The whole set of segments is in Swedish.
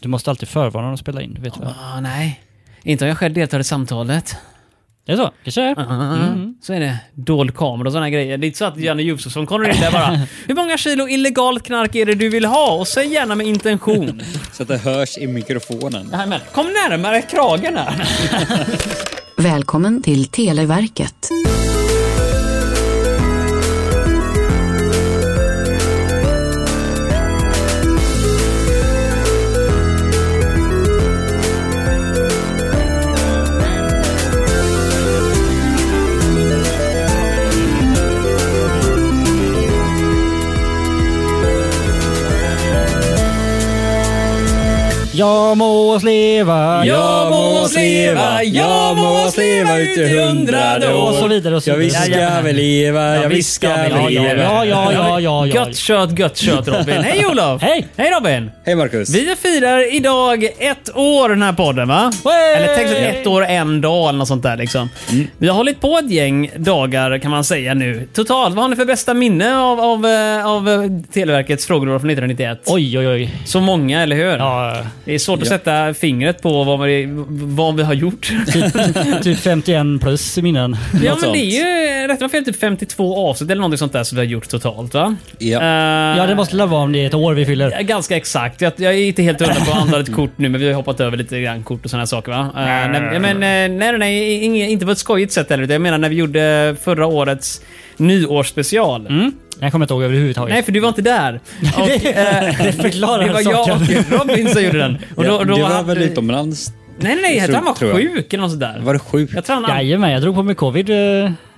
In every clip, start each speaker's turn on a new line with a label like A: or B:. A: Du måste alltid förvarna dem att spela in, vet du vad?
B: Ah, nej. Inte om jag själv deltar i samtalet.
A: Det är så? Kanske det är.
B: Ah, Så är det. Dold kamera och sådana grejer. Det är inte så att Janne Josefsson kommer in där bara. Hur många kilo illegalt knark är det du vill ha? Och säg gärna med intention.
C: Så att det hörs i mikrofonen.
B: Jajamän. Kom närmare kragen här.
D: Välkommen till Televerket.
A: Jag må oss leva!
B: Jag må oss leva, jag må oss leva ut i hundrade
A: Och så
B: år.
A: vidare och så
C: Jag
A: vidare.
C: visst ska
A: Jajamän.
C: vi leva, jag visst ska vi
A: ja,
C: leva.
A: ja, ja, ja, ja, ja.
B: Gött kött, gött kött Robin. Hej Olof!
A: Hej.
B: Hej Robin!
C: Hej Marcus.
B: Vi firar idag ett år den här podden va?
A: Wey!
B: Eller tänk sig ett år en dag eller något sånt där liksom.
A: Mm.
B: Vi har hållit på ett gäng dagar kan man säga nu. Totalt, vad har ni för bästa minne av, av, eh, av eh, Televerkets frågelåda från 1991?
A: Oj, oj, oj.
B: Så många, eller hur?
A: Ja,
B: Det är svårt att sätta fingret på vad vi, vad vi har gjort.
A: typ 51 plus i minnen.
B: ja
C: något
B: men
C: sånt.
B: det är ju rätt vad fel typ 52 avsnitt eller någonting sånt där som vi har gjort totalt va?
C: Ja.
B: Eh,
A: Ja, det måste väl vara om det är ett år vi fyller.
B: Ganska exakt. Jag, jag är inte helt hundra på antalet kort nu, men vi har hoppat över lite grann kort och sådana saker va? Eh, nej, men, eh, nej, nej, nej, inge- inte på ett skojigt sätt heller. utan Jag menar när vi gjorde förra årets nyårsspecial.
A: Jag kommer inte ihåg överhuvudtaget.
B: Nej, för du var inte där. Och, eh,
A: det förklarar
B: det var jag
A: saken.
B: och Robin som gjorde den. Och då,
C: ja,
B: då
C: du var
B: hade-
C: väl utomlands?
B: Nej, nej, nej. Jag tror han
C: Tror
B: var
C: jag.
B: sjuk eller något sådär.
C: Var du sjuk?
B: Jag tror han...
A: Jajamän, jag drog på mig covid. eh,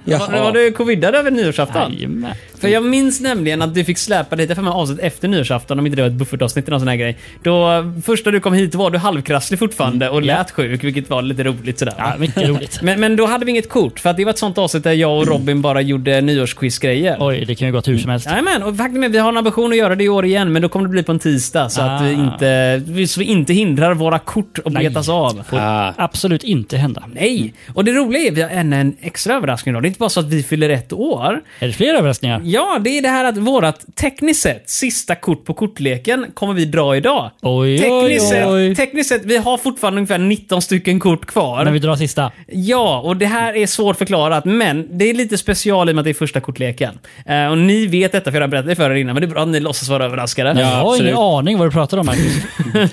B: Var, var du covidad över nyårsafton?
A: Jajamän.
B: För jag minns nämligen att du fick släpa lite för mig avsnitt efter nyårsafton, om inte det var ett buffertavsnitt eller någon sån här grej. Då, första du kom hit var du halvkrasslig fortfarande och lät sjuk, vilket var lite roligt sådär.
A: Mm. Ja, mycket roligt.
B: Men, men då hade vi inget kort, för att det var ett sånt avsnitt där jag och
A: Mm.
B: Robin bara gjorde nyårsquizgrejer.
A: Oj, det kan ju gått hur som helst.
B: Jajamän, och faktum är att vi har en ambition att göra det i år igen, men då kommer det bli på en tisdag så att vi
A: Ah.
B: inte, så vi inte hindrar våra kort att
A: Nej.
B: betas av.
A: Får
C: Ah.
A: absolut inte hända.
B: Nej! Och det roliga är att vi har ännu en extra överraskning idag. Det är inte bara så att vi fyller ett år,
A: Är det fler överraskningar?
B: Ja, det är det här att vårat tekniskt sett sista kort på kortleken kommer vi dra idag.
A: Oj,
B: tekniskt,
A: oj, oj.
B: Sett, tekniskt sett, vi har fortfarande ungefär 19 stycken kort kvar.
A: När vi drar sista.
B: Ja, och det här är svårt förklarat, men det är lite special i och med att det är första kortleken. Eh, och ni vet detta, för jag har berättat det för er innan, men det är bra att ni låtsas vara överraskade.
A: jag har
C: absolut.
A: ingen aning vad du pratar om Marcus.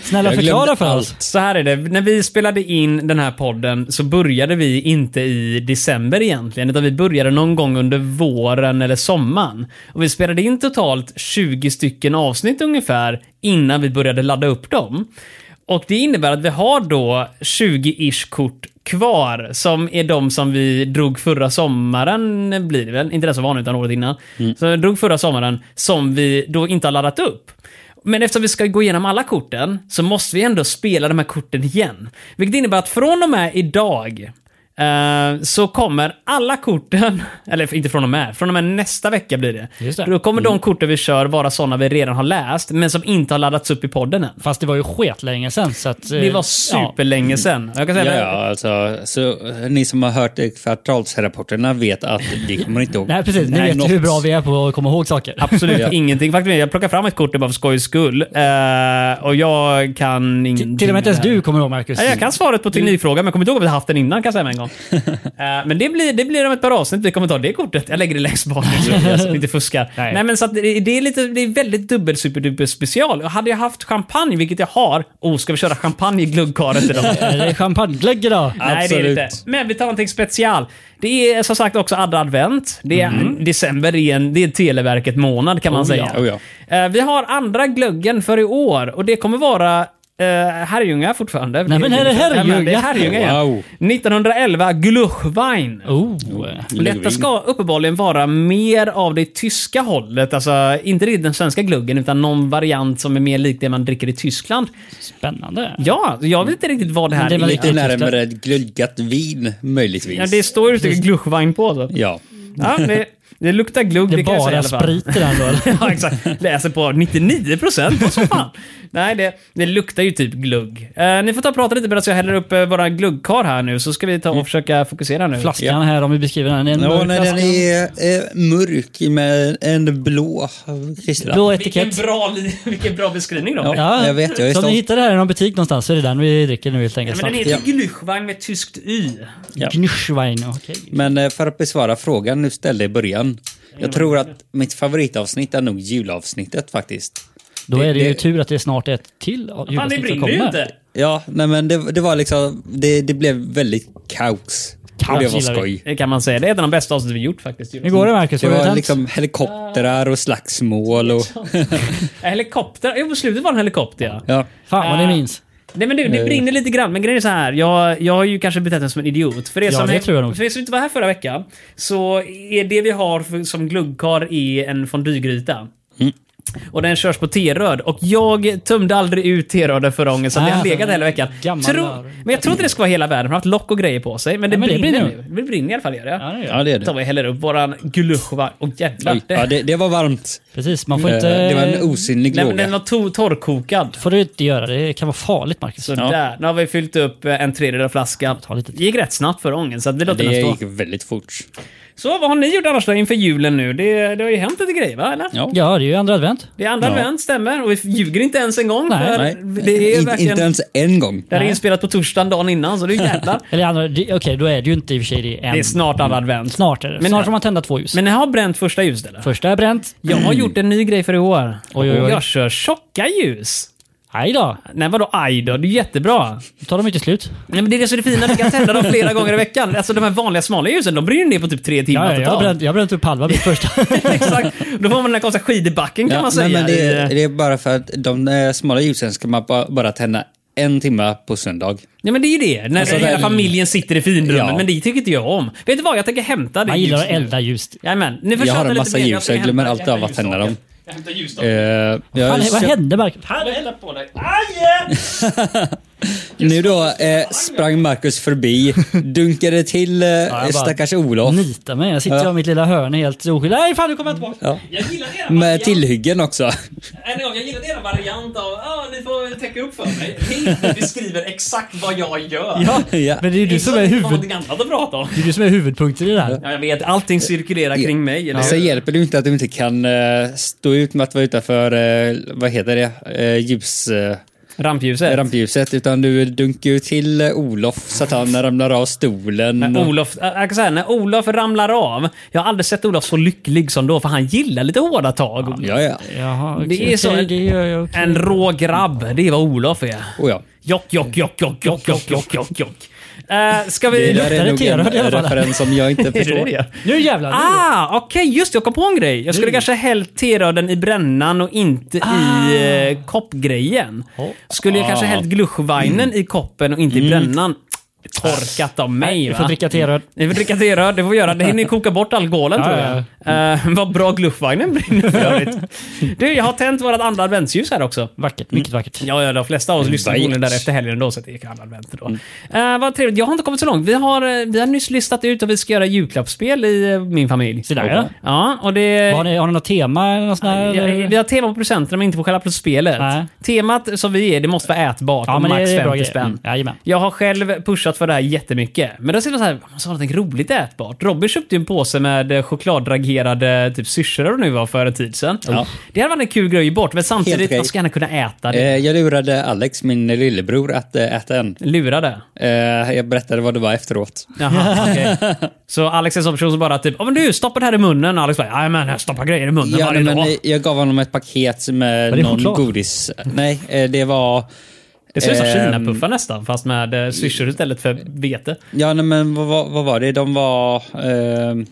A: Snälla
C: Jag glömde
A: förklara för
C: allt.
A: oss.
B: Alltså, Så här är det, när vi spelade in den här podden så började vi inte i december egentligen, utan vi började någon gång under våren eller sommaren. Och vi spelade in totalt 20 stycken avsnitt ungefär innan vi började ladda upp dem. Och det innebär att vi har då 20-ish kort kvar som är de som vi drog förra sommaren, blir det väl? Inte den som var nu, utan året innan. Så vi drog förra sommaren som vi då inte har laddat upp. Men eftersom vi ska gå igenom alla korten så måste vi ändå spela de här korten igen. Vilket innebär att från och med idag eh, så kommer alla korten, eller inte från och med, från och med nästa vecka blir det.
A: Just det. Mm.
B: Då kommer de korten vi kör vara sådana vi redan har läst, men som inte har laddats upp i podden än.
A: Fast det var ju sket länge sen så att... eh,
B: Det var
A: ja.
B: superlänge sedan. Jag kan
C: Ja,
B: säga,
C: ja, alltså, så eh, ni som har hört eh, kvartalsrapporterna vet att vi kommer inte ihåg
A: Nej precis, ni
C: Nej,
A: vet ju
C: något.
A: hur bra vi är på att komma ihåg saker.
B: Absolut
C: Ja.
B: ingenting. Faktum är, jag plockar fram ett kort bara för skojs skull. eh, och jag kan ingenting.
A: Till och med inte ens du kommer ihåg Marcus.
B: Ja, jag kan svaret på teknikfrågan, men jag kommer inte ihåg om vi har haft den innan kan jag säga med en gång. Eh, men det blir, det blir om ett par avsnitt. Vi kommer ta det kortet. Jag lägger det längst bak så jag inte fuskar. Nej.
A: Nej.
B: men så att det, det, är lite, det är väldigt dubbel superduper special. Och Hade jag haft champagne, vilket jag har, oh, ska vi köra champagne i glöggkaret idag?
A: Är Eh, det champagneglögg idag?
B: Nej, det är det
C: Absolut.
B: inte. Men vi tar någonting special. Det är som sagt också andra advent. Det är
A: Mm.
B: december, är en, det är Televerket-månad kan man säga.
C: Oh ja.
B: Eh, vi har andra glöggen för i år och det kommer vara Uh, Herrljunga fortfarande.
A: Nej, men är det Herrljunga?
B: Ja, men Det är Herrljunga igen.
C: Wow.
B: 1911 Gluchwein.
A: Oh.
B: Detta ska uppenbarligen vara mer av det tyska hållet. Alltså inte riktigt den svenska gluggen utan någon variant som är mer lik det man dricker i Tyskland.
A: Spännande.
B: Ja, jag vet inte riktigt vad det
A: Men
B: här
A: det är väl
C: Lite
A: Ja,
C: närmare glöggat vin, möjligtvis.
B: Ja, det står ju uttrycket Gluchwein typ på. Så.
C: Ja.
B: Ja, det, Det luktar glugg,
A: Det
B: det,
A: är
B: kan jag säga i
A: bara
B: alla fall.
A: sprit i den då. eller?
B: ja, exakt. Läser på 99 procent. Vad så fan? Nej, det, det luktar ju typ glugg. Eh, ni får ta och prata lite medan jag häller upp eh, våra gluggkar här nu, så ska vi
A: Mm.
B: ta och försöka fokusera nu.
A: Flaskan här om vi beskriver den. Det är en
C: Ja,
A: mörk
C: nej, den
A: flaska.
C: är eh, mörk med en blå kristall.
A: Blå
B: Vilken
A: etikett.
B: bra, li- vilken bra beskrivning då. Ja.
C: jag vet, jag är
A: Så om ni
C: stolt.
A: hittar det här i någon butik någonstans så är det den vi dricker nu helt
B: Men
A: enkelt.
B: den
A: Ja,
B: heter
C: Ja.
B: Glühwein med tyskt Y.
C: Ja.
A: Gnuschwein, okej.
C: Men eh, för att besvara frågan du ställde i början.
B: Mm.
C: Jag tror att mitt favoritavsnitt är nog julavsnitt faktiskt.
A: Då
C: Det-
A: är det ju
C: det-
A: tur att det snart är ett till
B: Fan, det
A: julavsnitt som
B: brinner ju
A: kommer.
B: inte.
C: Ja, nej men det, det var liksom, det, det blev väldigt kaos.
A: Kaos
C: Och det var
A: gillar vi.
C: skoj.
B: Det kan man säga. Det är ett av de bästa avsnitten vi gjort faktiskt.
A: Hur går det Marcus?
C: Det
A: Har du
C: var
A: tänt?
C: liksom helikoptrar och slagsmål och...
B: Eh, Helikopter. Jo, på slutet var en helikopter ja.
C: Ja.
A: Fan vad ni minns.
B: Nej men det, det brinner lite grann, men grejen är så här. Jag, jag har ju kanske betett mig som en idiot. För er,
A: Ja,
B: som,
A: det tror jag nog.
B: för er som inte var här förra veckan, så är det vi har för, som gluggkar är en fondygryta.
A: Mm.
B: Och den körs på T-röd och jag tömde aldrig ut T-röden förra gången så att det
A: Ah,
B: har legat
A: den
B: hela veckan.
A: gammal
B: Tro,
A: där.
B: men jag tror inte det ska vara hela världen, för den har haft lock och grejer på sig. Men det,
A: Ja, men det
B: brinner
A: brinner.
B: nu. Det brinner i alla fall gör det.
A: Ja, det gör
C: ja, det är
B: Tar
C: det.
B: vi och häller upp våran gluschvar. Åh jävlar.
C: Oj, ja, det, det var varmt.
A: Precis, man får
C: Eh,
A: inte...
C: Det var en osynlig
B: Nej, men
C: låga.
B: den var to- torrkokad.
A: får du inte göra. Det kan vara farligt Marcus.
B: Så där. Nu har vi fyllt upp eh, en tredjedel av flaskan.
A: Ta lite
B: Det gick rätt snabbt för ången, så att vi låter
C: Det
B: den
C: gick
B: stå.
C: väldigt fort.
B: Så vad har ni gjort annars då inför julen nu? Det, det har ju hänt lite grejer va? Eller?
C: Ja.
A: Ja, det är ju andra advent.
B: Det är andra advent, stämmer. Och vi ljuger inte ens en gång.
A: Nej.
B: för
C: Nej,
B: Det är
C: in,
B: verkligen...
C: inte ens en gång.
B: Det här är inspelat på torsdagen dagen innan, så det är jävlar.
A: Eller andra... det- Okej, då är det ju inte i och för sig det än.
B: det är snart andra advent.
A: Snart är det.
B: Men-
A: snart får man tända två ljus.
B: Men ni har bränt första ljuset eller?
A: Första är bränt.
B: Jag har gjort en ny grej för i år.
A: Oj, oj, oj.
B: Jag kör tjocka ljus.
A: Aj då.
B: Nej vadå aj då? Det är jättebra.
A: Då tar de inte slut.
B: Nej, men det är det som är det fina, vi kan tända dem flera gånger i veckan. Alltså de här vanliga smala ljusen, de brinner ner på typ tre timmar
A: Ja, ja, jag har
B: totalt.
A: bränt, jag har bränt upp halva mitt första.
B: Exakt. Då får man den här konstiga skidbacken kan
C: Ja,
B: man
C: nej,
B: säga. Eh,
C: men det,
B: I-
C: är- det är bara för att de eh, smala ljusen ska man ba, bara tända en timme på söndag.
B: Ja men det är ju det. När
C: Alltså,
B: hela
C: väl-
B: familjen sitter i finrummet.
C: Ja.
B: Men det tycker inte jag om. Vet du vad? Jag tänker hämta det
A: Man gillar
B: ljus
A: att
B: nu.
A: elda ljus.
B: Jajamän. Nu
C: Jag
B: försöker
C: har en
B: lite
C: massa
B: mer.
C: ljus,
B: ska
C: jag glömmer
B: hämta-
C: alltid av
B: hämta
C: att tända
B: ljusstaken.
C: dem.
B: Jag hämtar ljusstaken.
C: Eh, jag
A: Fan, vad
C: köpt-
A: hände Marcus?
B: Jag häller på dig. Aj!
C: nu då eh, sprang Marcus förbi, dunkade till eh,
A: jag bara-
C: stackars Olof
A: Nita mig. Jag sitter
C: Ja.
A: här i mitt lilla hörn helt oskyldig. Nej, fan nu kommer jag tillbaka.
C: ja.
B: Jag gillar era
C: med
B: variant.
C: tillhyggen också.
B: Än en gång, Jag gillar era variant av ah, ni får täcka upp för mig. Ni beskriver exakt vad jag gör.
C: Ja.
A: Men det är ju du som är,
B: Det är
A: huvud,
B: någonting annat att prata om.
A: det är, du som är huvudpunkten i det här.
B: Ja, jag vet. Allting cirkulerar kring mig. eller
C: Sen
B: hur?
C: hjälper det ju inte att du inte kan eh, stå ut med att vara utanför, eh, vad heter det, eh, ljus, eh,
B: Rampljuset.
C: rampljuset. Utan du dunkar ju till eh, Olof så att han ramlar av stolen.
B: När Olof, äh, jag kan säga, när Olof ramlar av. Jag har aldrig sett Olof så lycklig som då, för han gillar lite hårda tag.
C: Ja, ja.
A: Jaha, okej.
B: Det är så-
A: Okej, det gör jag också.
B: En rå grabb, det är vad Olof är.
C: Oh, ja.
B: Jock, jock, jock, jock, jock, jock, jock, jock, jock. Eh, ska vi...
C: Det där
A: luktar
C: är nog
A: irriterad i alla
C: en
A: fall.
C: referens som jag inte
B: Är det
C: förstår.
B: det?
A: Nu jävlar! Nu.
B: Ah, okej, just det, jag kom på en grej. Jag skulle kanske hällt T-röden i brännan och inte i eh, koppgrejen. Skulle jag kanske hällt gluschweinen i koppen och inte i brännan? Torkat av mig
A: Vi får
B: va?
A: dricka teröd.
B: Ni får dricka teröd, det får vi göra. Det hinner ju koka bort alkoholen
A: Ja,
B: tror jag. Eh, vad bra gluffvagnen brinner för övrigt. Du, jag har tänt vårt andra adventsljus här också.
A: Vackert, mycket vackert.
B: Ja, ja, de flesta av oss lyssnar
C: Vackert.
B: förmodligen där efter helgen då, så det gick alla advent då.
A: Mm.
B: Eh, vad trevligt. Jag har inte kommit så långt. Vi har, eh, vi har nyss listat ut att vi ska göra julklappsspel i eh, min familj.
A: Så där, ja.
B: Ja, och det...
A: Har ni, har ni något tema eller något sånt där?
B: Ja, Vi har tema på presenterna men inte på själva spelet.
A: Nej.
B: Temat som vi är, det måste vara ätbart
A: Ja,
B: och
A: men det
B: max
A: är bra
B: 50
A: grejer.
B: spänn.
A: Mm, jajamän.
B: Jag har själv pushat för det här jättemycket. Men då ser man så här, man måste ha något roligt ätbart. Robin köpte ju en påse med eh, chokladragerade typ syrsor nu var för en tid sedan. Det hade varit en kul grej att ge bort, men samtidigt,
C: okej.
B: man ska gärna kunna äta det.
C: Eh, Jag lurade Alex, min lillebror, att eh, äta en.
B: Lura det.
C: Eh, Jag berättade vad det var efteråt.
B: Jaha, okej. Så Alex är en sån person som bara typ, ja men du, stoppa det här i munnen. Och Alex bara, jajamän, jag stoppar grejer i munnen
C: Ja,
B: varje
C: men
B: dag.
C: eh, jag gav honom ett paket
A: Var
C: med
A: det
C: någon
A: choklad?
C: godis. Nej, eh, det var...
B: Det ser ut som
C: Ehm.
B: kinapuffar nästan, fast med eh, syrsor istället för vete.
C: Ja, nej, men vad, vad, vad var det? De var... ehm,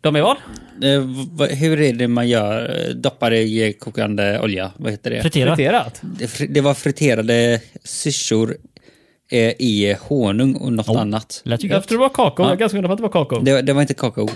B: De är vad?
C: eh, vad- hur är det man gör? Eh, Doppar det i kokande olja? Vad heter det?
A: Fritera.
B: Friterat.
C: Det, fri- det var friterade syrsor eh, i honung och något annat.
A: Lät ju
B: Jag
A: gött.
B: tror det var kakao. Jag är ganska undrar på att det var kakao.
C: Det, det var inte kakao.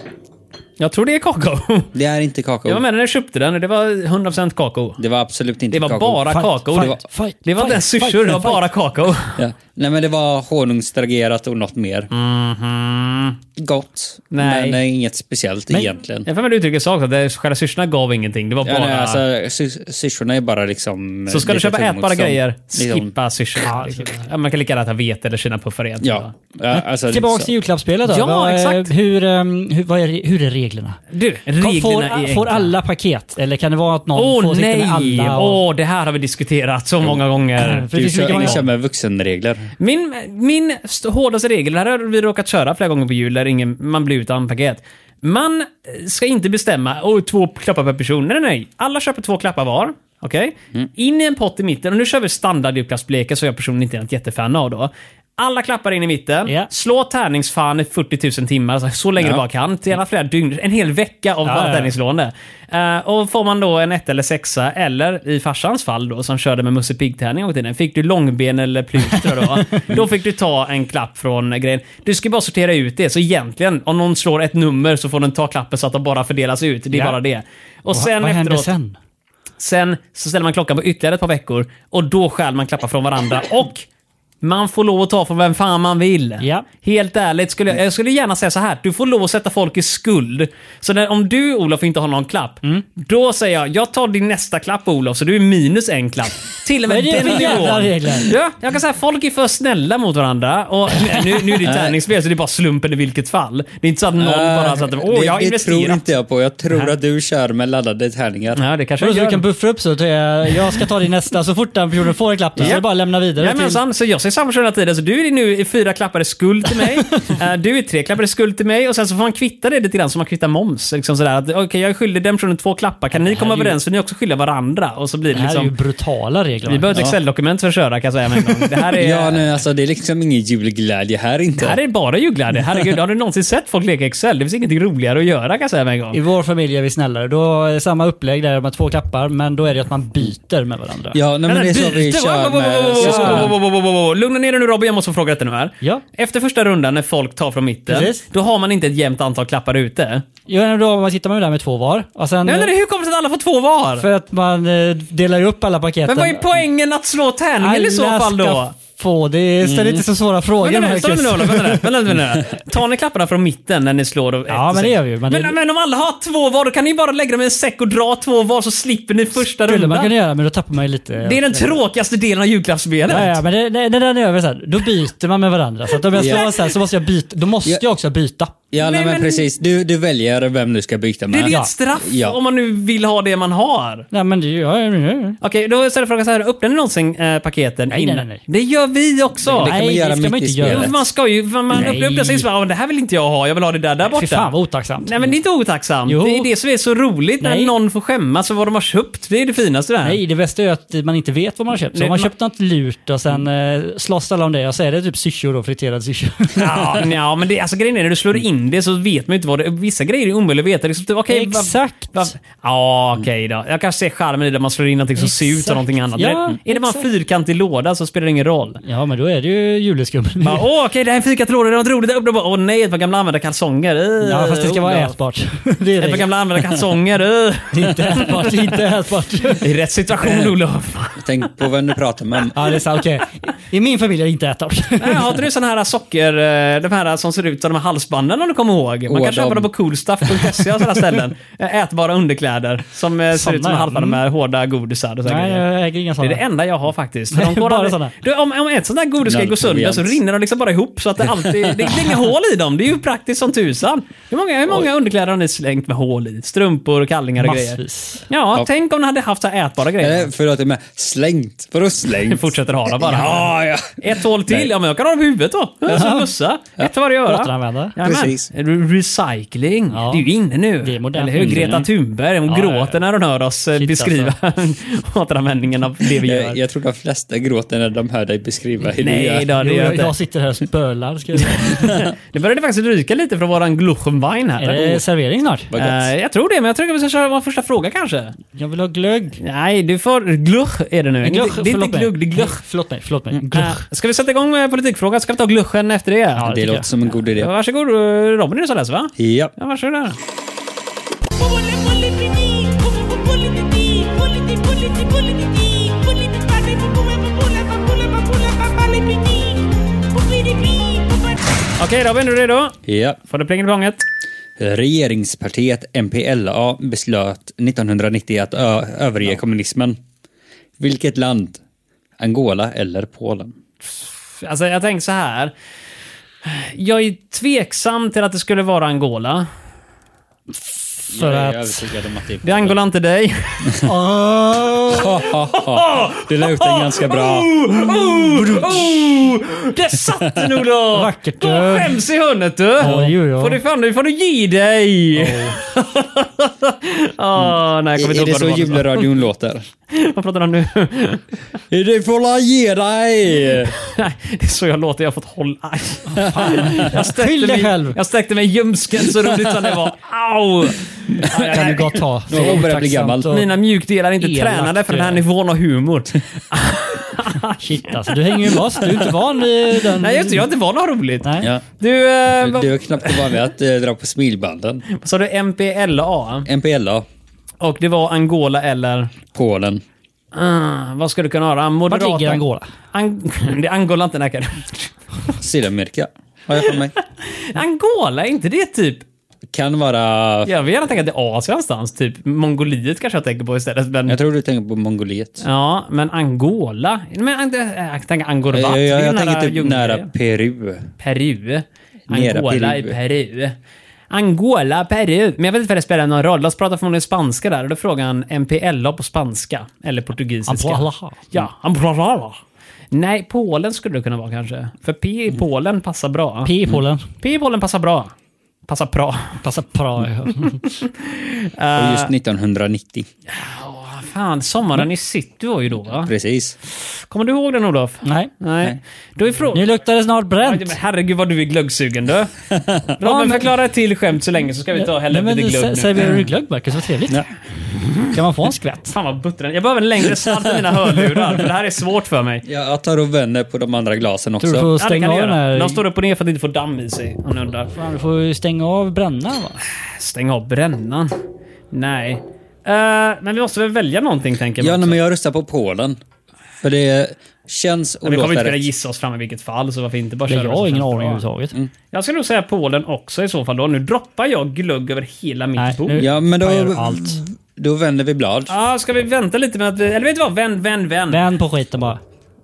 B: Jag tror det är kakao.
C: Det är inte kakao.
B: Jag
A: Oh.
B: var med när jag köpte den och det var 100% kakao.
C: Det var absolut inte
B: Det var
C: kakao.
B: bara kakao. Det var,
A: fight, fight,
B: det var inte ens
A: fight,
B: sushor, det var
A: fight,
B: bara kakao.
C: Ja. Nej men det var honungsdragerat och något mer.
A: Mm.
C: Gott.
B: Mm. Nej.
C: Men eh, inget speciellt egentligen.
B: Jag har för mig det uttrycket sa också, att det- själva syrsorna gav ingenting. Det var
C: Ja,
B: bara...
C: nej, alltså, sy- syrsorna är bara liksom...
B: så ska du
C: lite
B: köpa ätbara
C: tuggmotstånd.
B: grejer,
C: Liksom-
B: skippa syrsor. Ja, man kan lika gärna ta vete eller kinapuffar igen.
C: Ja.
B: Mm.
C: ja alltså,
A: Tillbaks
C: så.
A: till julklappsspelet då.
B: Ja,
A: Vad, eh,
B: exakt.
A: Hur, ehm, hur, vad är, re- hur är reglerna?
B: Du,
A: Kom-
B: reglerna
A: får, ah,
B: är enkla.
A: får alla paket? Eller kan det vara att någon
B: Åh
A: får sitta med
B: nej!
A: alla? Och...
B: Åh, det här har vi diskuterat så många gånger.
A: För det
C: Du
A: finns ju
C: kör,
A: många-
C: ni kör med vuxenregler.
B: Min, min st- hårdaste regel, det här har vi råkat köra flera gånger på jul där ingen, man blir utan paket. Man eh, ska inte bestämma oh, två klappar per person. Nej, nej, nej. Alla köper två klappar var. Okej?
A: Mm.
B: In i en pott i mitten. Och nu kör vi standard julklappsbleka som jag personligen inte är ett jättefan av då. Alla klappar in i mitten.
A: Ja.
B: Slå tärningsfan i 40 000 timmar, alltså så länge
C: Ja.
B: det bara kan. Till gärna flera dygn. En hel vecka av
A: Ja,
B: bara
A: ja, ja.
B: tärningsslående. Eh, och får man då en ett eller sexa, eller i farsans fall då, som körde med Musse Pigg-tärning en gång i tiden. Fick du långben eller plutra då, då fick du ta en klapp från grejen. Du ska bara sortera ut det, så egentligen, om någon slår ett nummer så får den ta klappen så att de bara fördelas ut. Det
A: Ja.
B: är bara det. Och, sen
A: vad händer
B: efteråt, sen?
A: sen?
B: så ställer man klockan på ytterligare ett par veckor och då stjäl man klappar från varandra. Och man får lov att ta från vem fan man vill.
A: Ja.
B: Helt ärligt, skulle jag, jag skulle gärna säga så här. Du får lov att sätta folk i skuld. Så när, om du, Olof, inte har någon klapp, då säger jag jag tar din nästa klapp, Olof, så du är minus en klapp. Till och med
A: Vad är det
B: den
A: för jävla
B: nivån.
A: regler?
B: Ja, jag kan säga folk är för snälla mot varandra. Och nu, nu är det ju tärningsspel, så det är bara slumpen i vilket fall. Det är inte så att någon bara så att, åh, jag har
C: Eh, det, det tror
B: investerat.
C: inte jag på. Jag tror att du kör med laddade tärningar.
B: Nej, det kanske
A: Vadå,
B: jag
A: så du
B: gör.
A: kan buffra upp så att jag, jag ska ta din nästa så fort den personen får en klapp. Så
B: Ja.
A: är det bara att lämna vidare till...
B: Jajamensan, så jag säger samma person hela tiden. Så du är nu i fyra klappar i skuld till mig. Eh, du är tre klappar i skuld till mig. Och sen så får man kvitta det lite grann som man kvittar moms. Liksom sådär. att, Okej, jag är skyldig den personen två klappar. Kan ni komma
A: är ju-
B: överens? För ni är också skyldiga varandra. Och så blir
A: Det
B: det
A: här är ju
B: liksom...
A: brutala regler.
B: Vi behöver ett
C: Ja.
B: Excel-dokument för att köra kan jag säga med en gång. Det här är...
C: Ja, nej, alltså, det är liksom ingen julglädje här inte.
B: det här är bara julglädje. Herregud, har du någonsin sett folk leka Excel? Det finns ingenting roligare att göra kan jag säga med en
A: I
B: gång.
A: vår familj är vi snällare. Då är det samma upplägg där med två klappar, men då är det att man byter med varandra.
C: Ja, nej, men det är så vi
B: Byte, va?
C: kör
B: Wow, wow, wow,
C: med
B: wow,
C: syskonen.
B: wow, wow, wow, wow, wow. Lugna ner dig nu Robin, jag måste få fråga detta nu här.
A: Ja.
B: Efter första rundan när folk tar från mitten,
A: Precis.
B: då har man inte ett jämnt antal klappar ute.
A: Jo, då man sitter man ju där med två var. Och sen,
B: Nej, men hur kommer det sig att alla får två var?
A: För att man eh, delar ju upp alla paketen.
B: men vad är poängen att slå tärning eller i så
A: Alla
B: fall
A: ska
B: då?
A: få. Det är ställ inte så svåra frågor
B: Vänta nu,
A: Marcus.
B: stopp nu, Olof, vänta nu, vänta nu, vänta nu. Tar ni klapparna från mitten när ni slår? Då,
A: Ja,
B: ett-
A: men det gör vi ju,
B: Men,
A: men
B: men,
A: det-
B: om alla har två var, då kan ni bara lägga dem i en säck och dra två var så slipper ni första
A: skulle man
B: rundan.
A: kunna göra, men då tappar man ju lite.
B: Det är den tråkigaste delen av julklappsspelet.
A: Ja, ja, men det, det, det där är över så här. Då byter man med varandra. Så att om jag slår så här så måste jag byta. Då måste
C: Ja.
A: jag också byta.
C: Ja, nej,
B: Nej,
C: men
B: men-
C: precis. Du, du väljer vem du ska byta
B: Det
C: med.
B: är
A: Ja.
B: ett straff
C: Ja.
B: om man nu vill ha det man har.
A: Nej men det gör jag nu.
B: Okej, då ställer jag frågan så här. Öppnar ni någonsin eh, paketen
A: Nej, nej,
B: innan?
A: nej, nej.
B: Det gör vi också.
C: Det kan man
A: Nej,
C: göra
A: det ska man
C: mitt i
A: inte göra.
B: Jo, för
C: spelet.
B: man ska ju... för Man
A: Nej.
B: öppnar upp det och säger så här, "Åh, det här vill inte jag ha, jag vill ha det där, där borta.
A: Fy fan vad otacksamt.
B: Nej men det är inte otacksamt.
A: Jo.
B: Det är det som är så roligt när
A: Nej.
B: någon får skämmas för vad de har köpt. Det är det finaste där.
A: Nej, det bästa är ju att man inte vet vad man har köpt. Så
B: Nej,
A: om man
B: man-
A: köpt något lurt och sen eh, slåss alla om det. Jag säger det är typ syrsor då, friterade syrsor.
B: Ja, nja, men det, alltså, grejen är när du slår in det så vet man ju inte vad det Vissa grejer är omöjliga att veta. Liksom, typ, okej, vad-
A: Exakt.
B: vad- Ja, okej då. Jag kanske ser charmen i det man slår in någonting som ser ut som
A: Exakt.
B: någonting annat.
A: Ja,
B: Men är det bara en
A: exakt.
B: fyrkantig låda så spelar det ingen roll.
A: Ja, men då är det ju juleskummen.
B: Bara, Åh, okej, det här är en fyrkantig låda, det var något roligt. Jag öppnar bara, Åh nej, ett par gamla använda kalsonger. Eh,
A: Ja, fast det ska vara
B: Olof.
A: ätbart. Det är
B: Ett par
A: det.
B: gamla använda kalsonger. eh.
A: Det är inte ätbart. Det är inte ätbart.
B: I rätt situation, Olof.
C: Tänk på vem du pratar med.
A: Ja, det är sant. Okej. I min familj är det inte ätbart.
B: Nej, har inte du såna här socker... eh, De här som ser ut som de här halsbanden om du kommer ihåg? Man
C: Åh,
B: kan köpa
C: de-
B: dem på coolstuff.se och sådana ställen. Eh, Ätbara underkläder som eh, ser ut som
A: Såna, ja.
B: halsband med hårda godisar och så här
A: Nej,
B: grejer.
A: jag äger inga
B: Det är det
A: sådana.
B: enda jag har faktiskt. För de
A: Nej,
B: går
A: bara
B: aldrig-
A: såna.
B: du, om, om ett sånt där godis ska gå sönder så
C: Nolltolerans.
B: rinner de liksom bara ihop så att det alltid... Det, det är inga hål i dem. Det är ju praktiskt som tusan. Hur många, hur många underkläder har ni slängt med hål i? Strumpor, och kallingar och grejer.
A: Massvis.
B: Ja,
C: Ja. Eh,
B: tänk om ni hade haft så här ätbara grejer.
C: Eller förlåt, jag menar, slängt. Vadå slängt?
B: Fortsätter ha dem bara.
C: Ja, ja.
B: Ett hål till? Ja, men jag kan ha dem i huvudet då. Ja, så Mössa. Ett för varje öra.
A: Återanvända.
B: Jajamän.
C: Precis.
B: Recycling.
A: Ja.
B: Det är ju inne nu.
A: Det är modernt.
B: Eller hur? Greta
A: Mm.
B: Thunberg, hon
A: Ja,
B: gråter när hon hör oss eh,
A: Shit, alltså.
B: beskriva återanvändningen av det vi gör.
C: Jag, jag tror de flesta gråter när de hör dig beskriva hur du
B: Nej då,
C: gör.
B: det
A: Jo,
B: gör jag
A: jag,
B: inte.
A: jag sitter här och spölar. Ska jag säga.
B: Det började faktiskt ryka lite från våran Gluchenwein här.
A: Är det servering snart?
C: Vad gott.
B: Eh, jag tror det, men jag tror att vi ska köra vår första fråga kanske.
A: Jag vill ha glögg.
B: Nej, du får... Gluch är det nu. Inte- det är
A: förlåt
B: inte
A: mig.
B: glugg, det är gluch.
A: Nej, Förlåt mig, förlåt mig.
B: Eh,
A: Glögg.
B: Ska vi sätta igång med politikfrågan? Ska vi ta gluchen efter det?
A: Ja,
C: det
A: tycker
C: låter
A: jag.
C: som en god idé.
B: Varsågod, eh, Robin är det som läser va?
C: Ja.
B: Ja, varsågod där. Okej Robin, är du redo?
C: Ja.
B: Får du plinga på gånget?
C: Regeringspartiet MPLA beslöt 1990 att ö- överge kommunismen. Vilket land? Angola eller Polen?
B: Alltså jag tänker så här. Jag är tveksam till att det skulle vara Angola.
A: För
C: jag är
A: att...
C: övertygad om att det
B: Det är
C: är Polen.
B: Angola, inte dig.
C: Ha, ha, ha. Du la ut den ganska bra.
B: Oh, där satt du nog då!
A: Vackert,
B: Då
A: du.
B: skäms i hörnet du!
A: Oj, oj, oj.
B: Får du fan, nu får du ge dig! Åh, nej, jag kommer
C: Är, är
B: inte
C: det
B: ihåg
C: så
B: vad det var.
C: juleradion låter?
B: Vad pratar han nu?
C: Du får la ge dig!
B: Nej, det är så jag låter. Jag har fått hålla... Aj, fan. Jag sträckte
A: Skyll dig
B: mig-
A: själv.
B: Jag sträckte mig i ljumsken så roligt som det var. Au!
A: kan du gott ha.
C: Nu har hon börjat bli gammal.
A: Och,
B: Mina mjukdelar är inte
A: Elakt,
B: tränade för den här
A: ja.
B: nivån av humor.
A: shit alltså, du hänger ju med oss. Du är inte van i den...
B: Nej, just det. Jag har inte varit något roligt.
A: Nej.
C: Ja.
B: Du, eh, vad
C: Du är knappt van vid att eh, dra på smilbanden.
B: sa du? MPLA?
C: MPLA,
B: Och det var Angola eller?
C: Polen.
B: Ah, vad skulle det kunna vara? Moderata...
A: ligger Angola?
B: Ang... Det är Angola inte näkar.
C: Sydamerika, har jag för mig.
B: Angola, är inte det typ...
C: Kan vara...
B: Jag vill gärna tänka att det är Asien någonstans. Typ Mongoliet kanske jag tänker på istället. Men...
C: Jag tror du tänker på Mongoliet.
B: Ja, men Angola? Men, ang- äh, jag tänker Angora.
C: Jag,
B: det är
C: jag,
B: ju
C: jag
B: nära
C: tänker typ
B: djungeln.
C: nära Peru.
B: Peru.
C: Nära
B: Angola i
C: Peru.
B: Peru. Angola, Peru. Men jag vet inte vad det spelar någon roll. De pratar förmodligen spanska där. Och då frågar han MPLA på spanska. Eller portugisiska.
A: Angola.
B: Ja, Angola. Nej, Polen skulle det kunna vara kanske. För P i Polen passar bra.
A: P i Polen.
B: P i Polen passar bra. Passar bra.
A: Passar bra. ja.
C: Och
B: Ah.
C: just 1990.
B: Åh, fan, sommaren i city var ju då va?
C: Precis.
B: Kommer du ihåg den Olof?
A: Nej.
B: Nej. Då är frågan...
A: Nu luktar det snart
B: Aj,
A: bränt.
B: men Herregud vad du är glöggsugen du. Robin, förklara ett till skämt så länge så ska vi ta och hälla upp
A: Nej, men
B: lite glögg
A: sä-
B: nu.
A: Säg vi glögg Marcus, vad trevligt. Kan man få en skvätt?
B: Fan vad butter den. Jag behöver en längre sladd i mina hörlurar för det här är svårt för mig.
C: Ja, jag tar och vänder på de andra glasen
A: Tror du får
C: också.
B: Ja, det
A: stänga
B: kan du
A: av den
B: göra.
A: här.
B: De står upp och ner för att inte få damm i sig. Han undrar.
A: Fan, Du får ju stänga av brännan va?
B: Stäng av brännan. Nej. Eh, men vi måste väl välja någonting tänker man.
C: Ja, nej, men jag röstar på Polen. För det känns och
B: Men vi kommer
C: låter
B: inte kunna
C: rätt.
B: gissa oss fram i vilket fall, så varför inte bara köra
A: Jag
B: vad som
A: har ingen
B: känns
A: aning
B: bra.
A: överhuvudtaget.
B: Jag skulle nog säga Polen också i så fall då. Nu droppar jag glögg över hela mitt
A: Nej,
B: bord.
A: nu-
C: Ja, men då,
A: Fan, gör allt.
C: då vänder vi blad.
B: Ja, ska vi vänta lite med att vi... Eller vet du vad? Vänd, vänd, vänd.
A: Vänd på skiten bara.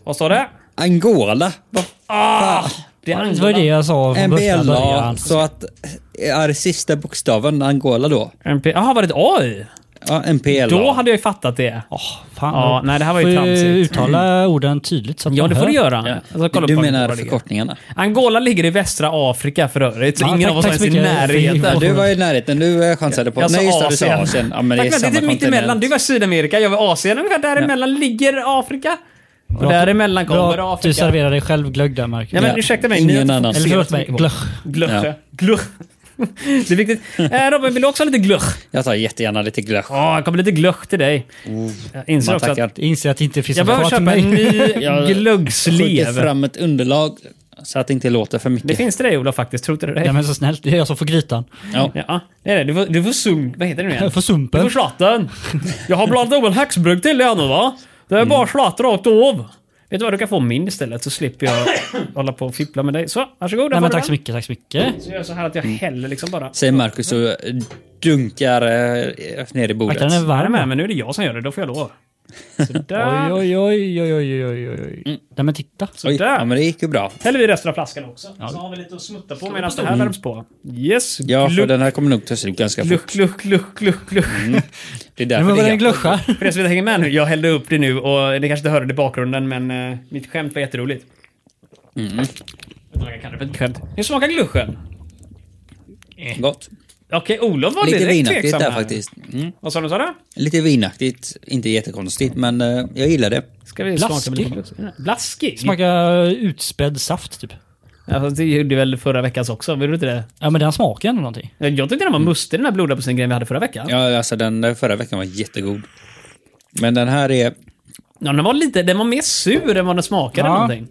B: Vad står det?
C: Angola. Vad
B: Ah! Det är
A: Det var ju det jag sa från början.
C: MBLA.
A: början.
B: alltså.
C: Så att är sista bokstaven Angola då?
B: MP... Jaha, var det ett AI?
C: Ja, MPLA.
B: Då hade jag ju fattat det.
A: Åh, fan.
B: Ja, nej, det här var ju
A: Får
B: tramsigt.
A: uttala orden tydligt så att
B: Ja,
A: man
B: det får
A: hör.
B: du göra.
C: Ja.
B: Alltså, kolla
C: du
B: på
C: menar
B: vad det är.
C: förkortningarna?
B: Angola ligger i västra Afrika för övrigt, så
A: Ja,
B: ingen
A: tack-
B: av oss
A: tack
B: är ens
A: så
B: i
A: mycket.
B: närheten.
A: Ja,
C: Du var i närheten, du eh, chansade på...
B: Jag sa
C: Nej, just det, du
B: Asien.
C: sa Asien. Ja, men det är
B: Tack, men
C: samma
B: det är mitt emellan. Du var Sydamerika, jag var Asien. Ungefär däremellan ligger Afrika. Och
A: Bra-
B: däremellan kommer
A: Bra,
B: Afrika.
A: du serverar dig själv glögg där Marcus.
B: Ja, men
C: Ja.
B: ursäkta mig.
C: Ingen
B: ni har inte
C: annan.
B: fått
A: Eller
B: se
A: förlåt
B: vad
A: mig,
B: som-
A: glögg.
B: Glöch.
C: Ja.
B: ja. Glöch. Det är viktigt. Eh, Robin, vill du också ha lite glöch?
C: Jag tar jättegärna lite glögg.
B: Ja, det kommer lite glöch till dig. Jag inser
C: Man
B: också
C: tackar.
B: att
A: Jag inser att det inte finns
B: jag
A: något
B: behöver
A: kvar till
B: köpa en
A: mig.
B: ny
C: Jag Skjuter
B: glöggslev.
C: fram ett underlag så att det inte låter för mycket.
B: Det finns det dig Ola faktiskt, tror inte du det?
A: Nej men så snällt, det är jag som får grytan.
C: Ja.
B: Ja, det är det. Du får, du får sunk... Vad heter det nu igen?
A: Jag får sumpen.
B: Du får slatten. Jag har blandat ihop en häxbrygg till dig nu va? Det är
A: Mm.
B: bara slatt rakt av. Vet du vad, du kan få min istället så slipper jag hålla på och fippla med dig. Så, varsågod. där
A: Nej
B: får
A: men
B: du
A: tack
B: den.
A: så mycket, tack så mycket.
B: Så gör jag så här att
C: Mm.
B: jag häller liksom bara.
C: Säger Marcus och dunkar eh, ner i
A: Akta den är
C: bordet.
B: Är det
A: varm.
B: med? Men nu är det jag som gör det, då får jag lov. Sådär.
A: Oj, oj, oj, oj, oj, oj, oj, oj.
B: Mm.
A: Nej men titta.
C: Oj,
B: Sådär.
C: ja, men det gick ju bra.
B: häller vi resten av flaskan också. Så har vi lite att smutta på medan det här värms på. Yes.
C: Ja, för
B: Gluck,
C: den här kommer nog ta slut ganska fort.
B: gluck, gluck, gluck, gluck, gluck.
C: Mm. Det är
A: Nu
C: därför
A: var
C: det
A: det en
C: är
A: glöschar.
B: För det som inte hänger med nu, jag hällde upp det nu och ni kanske inte hörde det i bakgrunden men eh, mitt skämt var jätteroligt. Mm. Jag kallar det för ett skämt. Hur smakar gluschen?
C: gott.
B: Okej, Olof var
C: Lite
B: direkt
C: vinaktigt
B: tveksam
C: där
B: här.
C: faktiskt. Mm.
B: Vad sa du? Sa du?
C: Lite vinaktigt, inte jättekonstigt, men eh, jag gillar det.
B: Ska vi
A: Blaskig.
B: smaka lite på gluschen? Blaskig?
A: Smakar utspädd saft typ.
B: Alltså, det gjorde vi väl förra veckans också, vill du inte det?
A: Ja men den smakar ändå någonting.
B: Jag tyckte den var mustig den här blodapelsin-grejen vi hade förra veckan. Mm. Ja.
C: Ja, alltså den där förra veckan var jättegod. Men den här är...
B: den var lite, den var mer sur än vad den smakade
A: Ja.
B: någonting.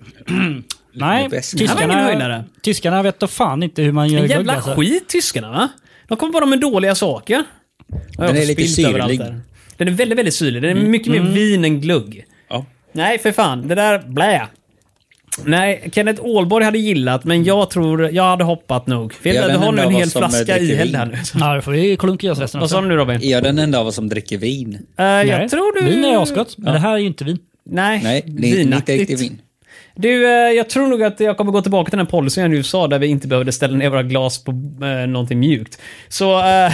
A: Nej,
C: Det är bäst.
B: Det här var ingen höjdare.
A: tyskarna, tyskarna vet då fan inte hur man gör
B: En
A: glögg
B: jävla
A: alltså.
B: skit tyskarna va? De kommer bara med dåliga saker. Jag har
C: Den är
B: också
C: lite
B: spillt överallt
C: syrlig. Mm.
B: där. Den är väldigt, väldigt syrlig. Den är mycket mer vin än glugg.
C: Ja.
B: Nej, för fan. Det där, blä. Nej, Kenneth Ålborg hade gillat, men jag tror jag hade hoppat nog. Fel,
C: Jag är
B: du
C: den
B: har nu
C: enda
B: en
C: av
B: hel
C: oss som, eh,
B: flaska
C: dricker
B: ihälld
C: vin.
B: här nu.
A: Ja, då får vi klunka i oss resten
B: Vad sa
A: också.
B: du nu Robin?
C: Är jag den enda av oss som dricker vin?
B: Eh,
A: Nej,
B: jag tror du...
A: Vin är asgott, men det här är ju inte vin.
B: Nej,
C: Nej, det är inte riktigt vin.
B: Du, eh, jag tror nog att jag kommer gå tillbaka till den här policyn jag nu sa, där vi inte behövde ställa ner våra glas på eh, någonting mjukt. Så eh,
A: Ja,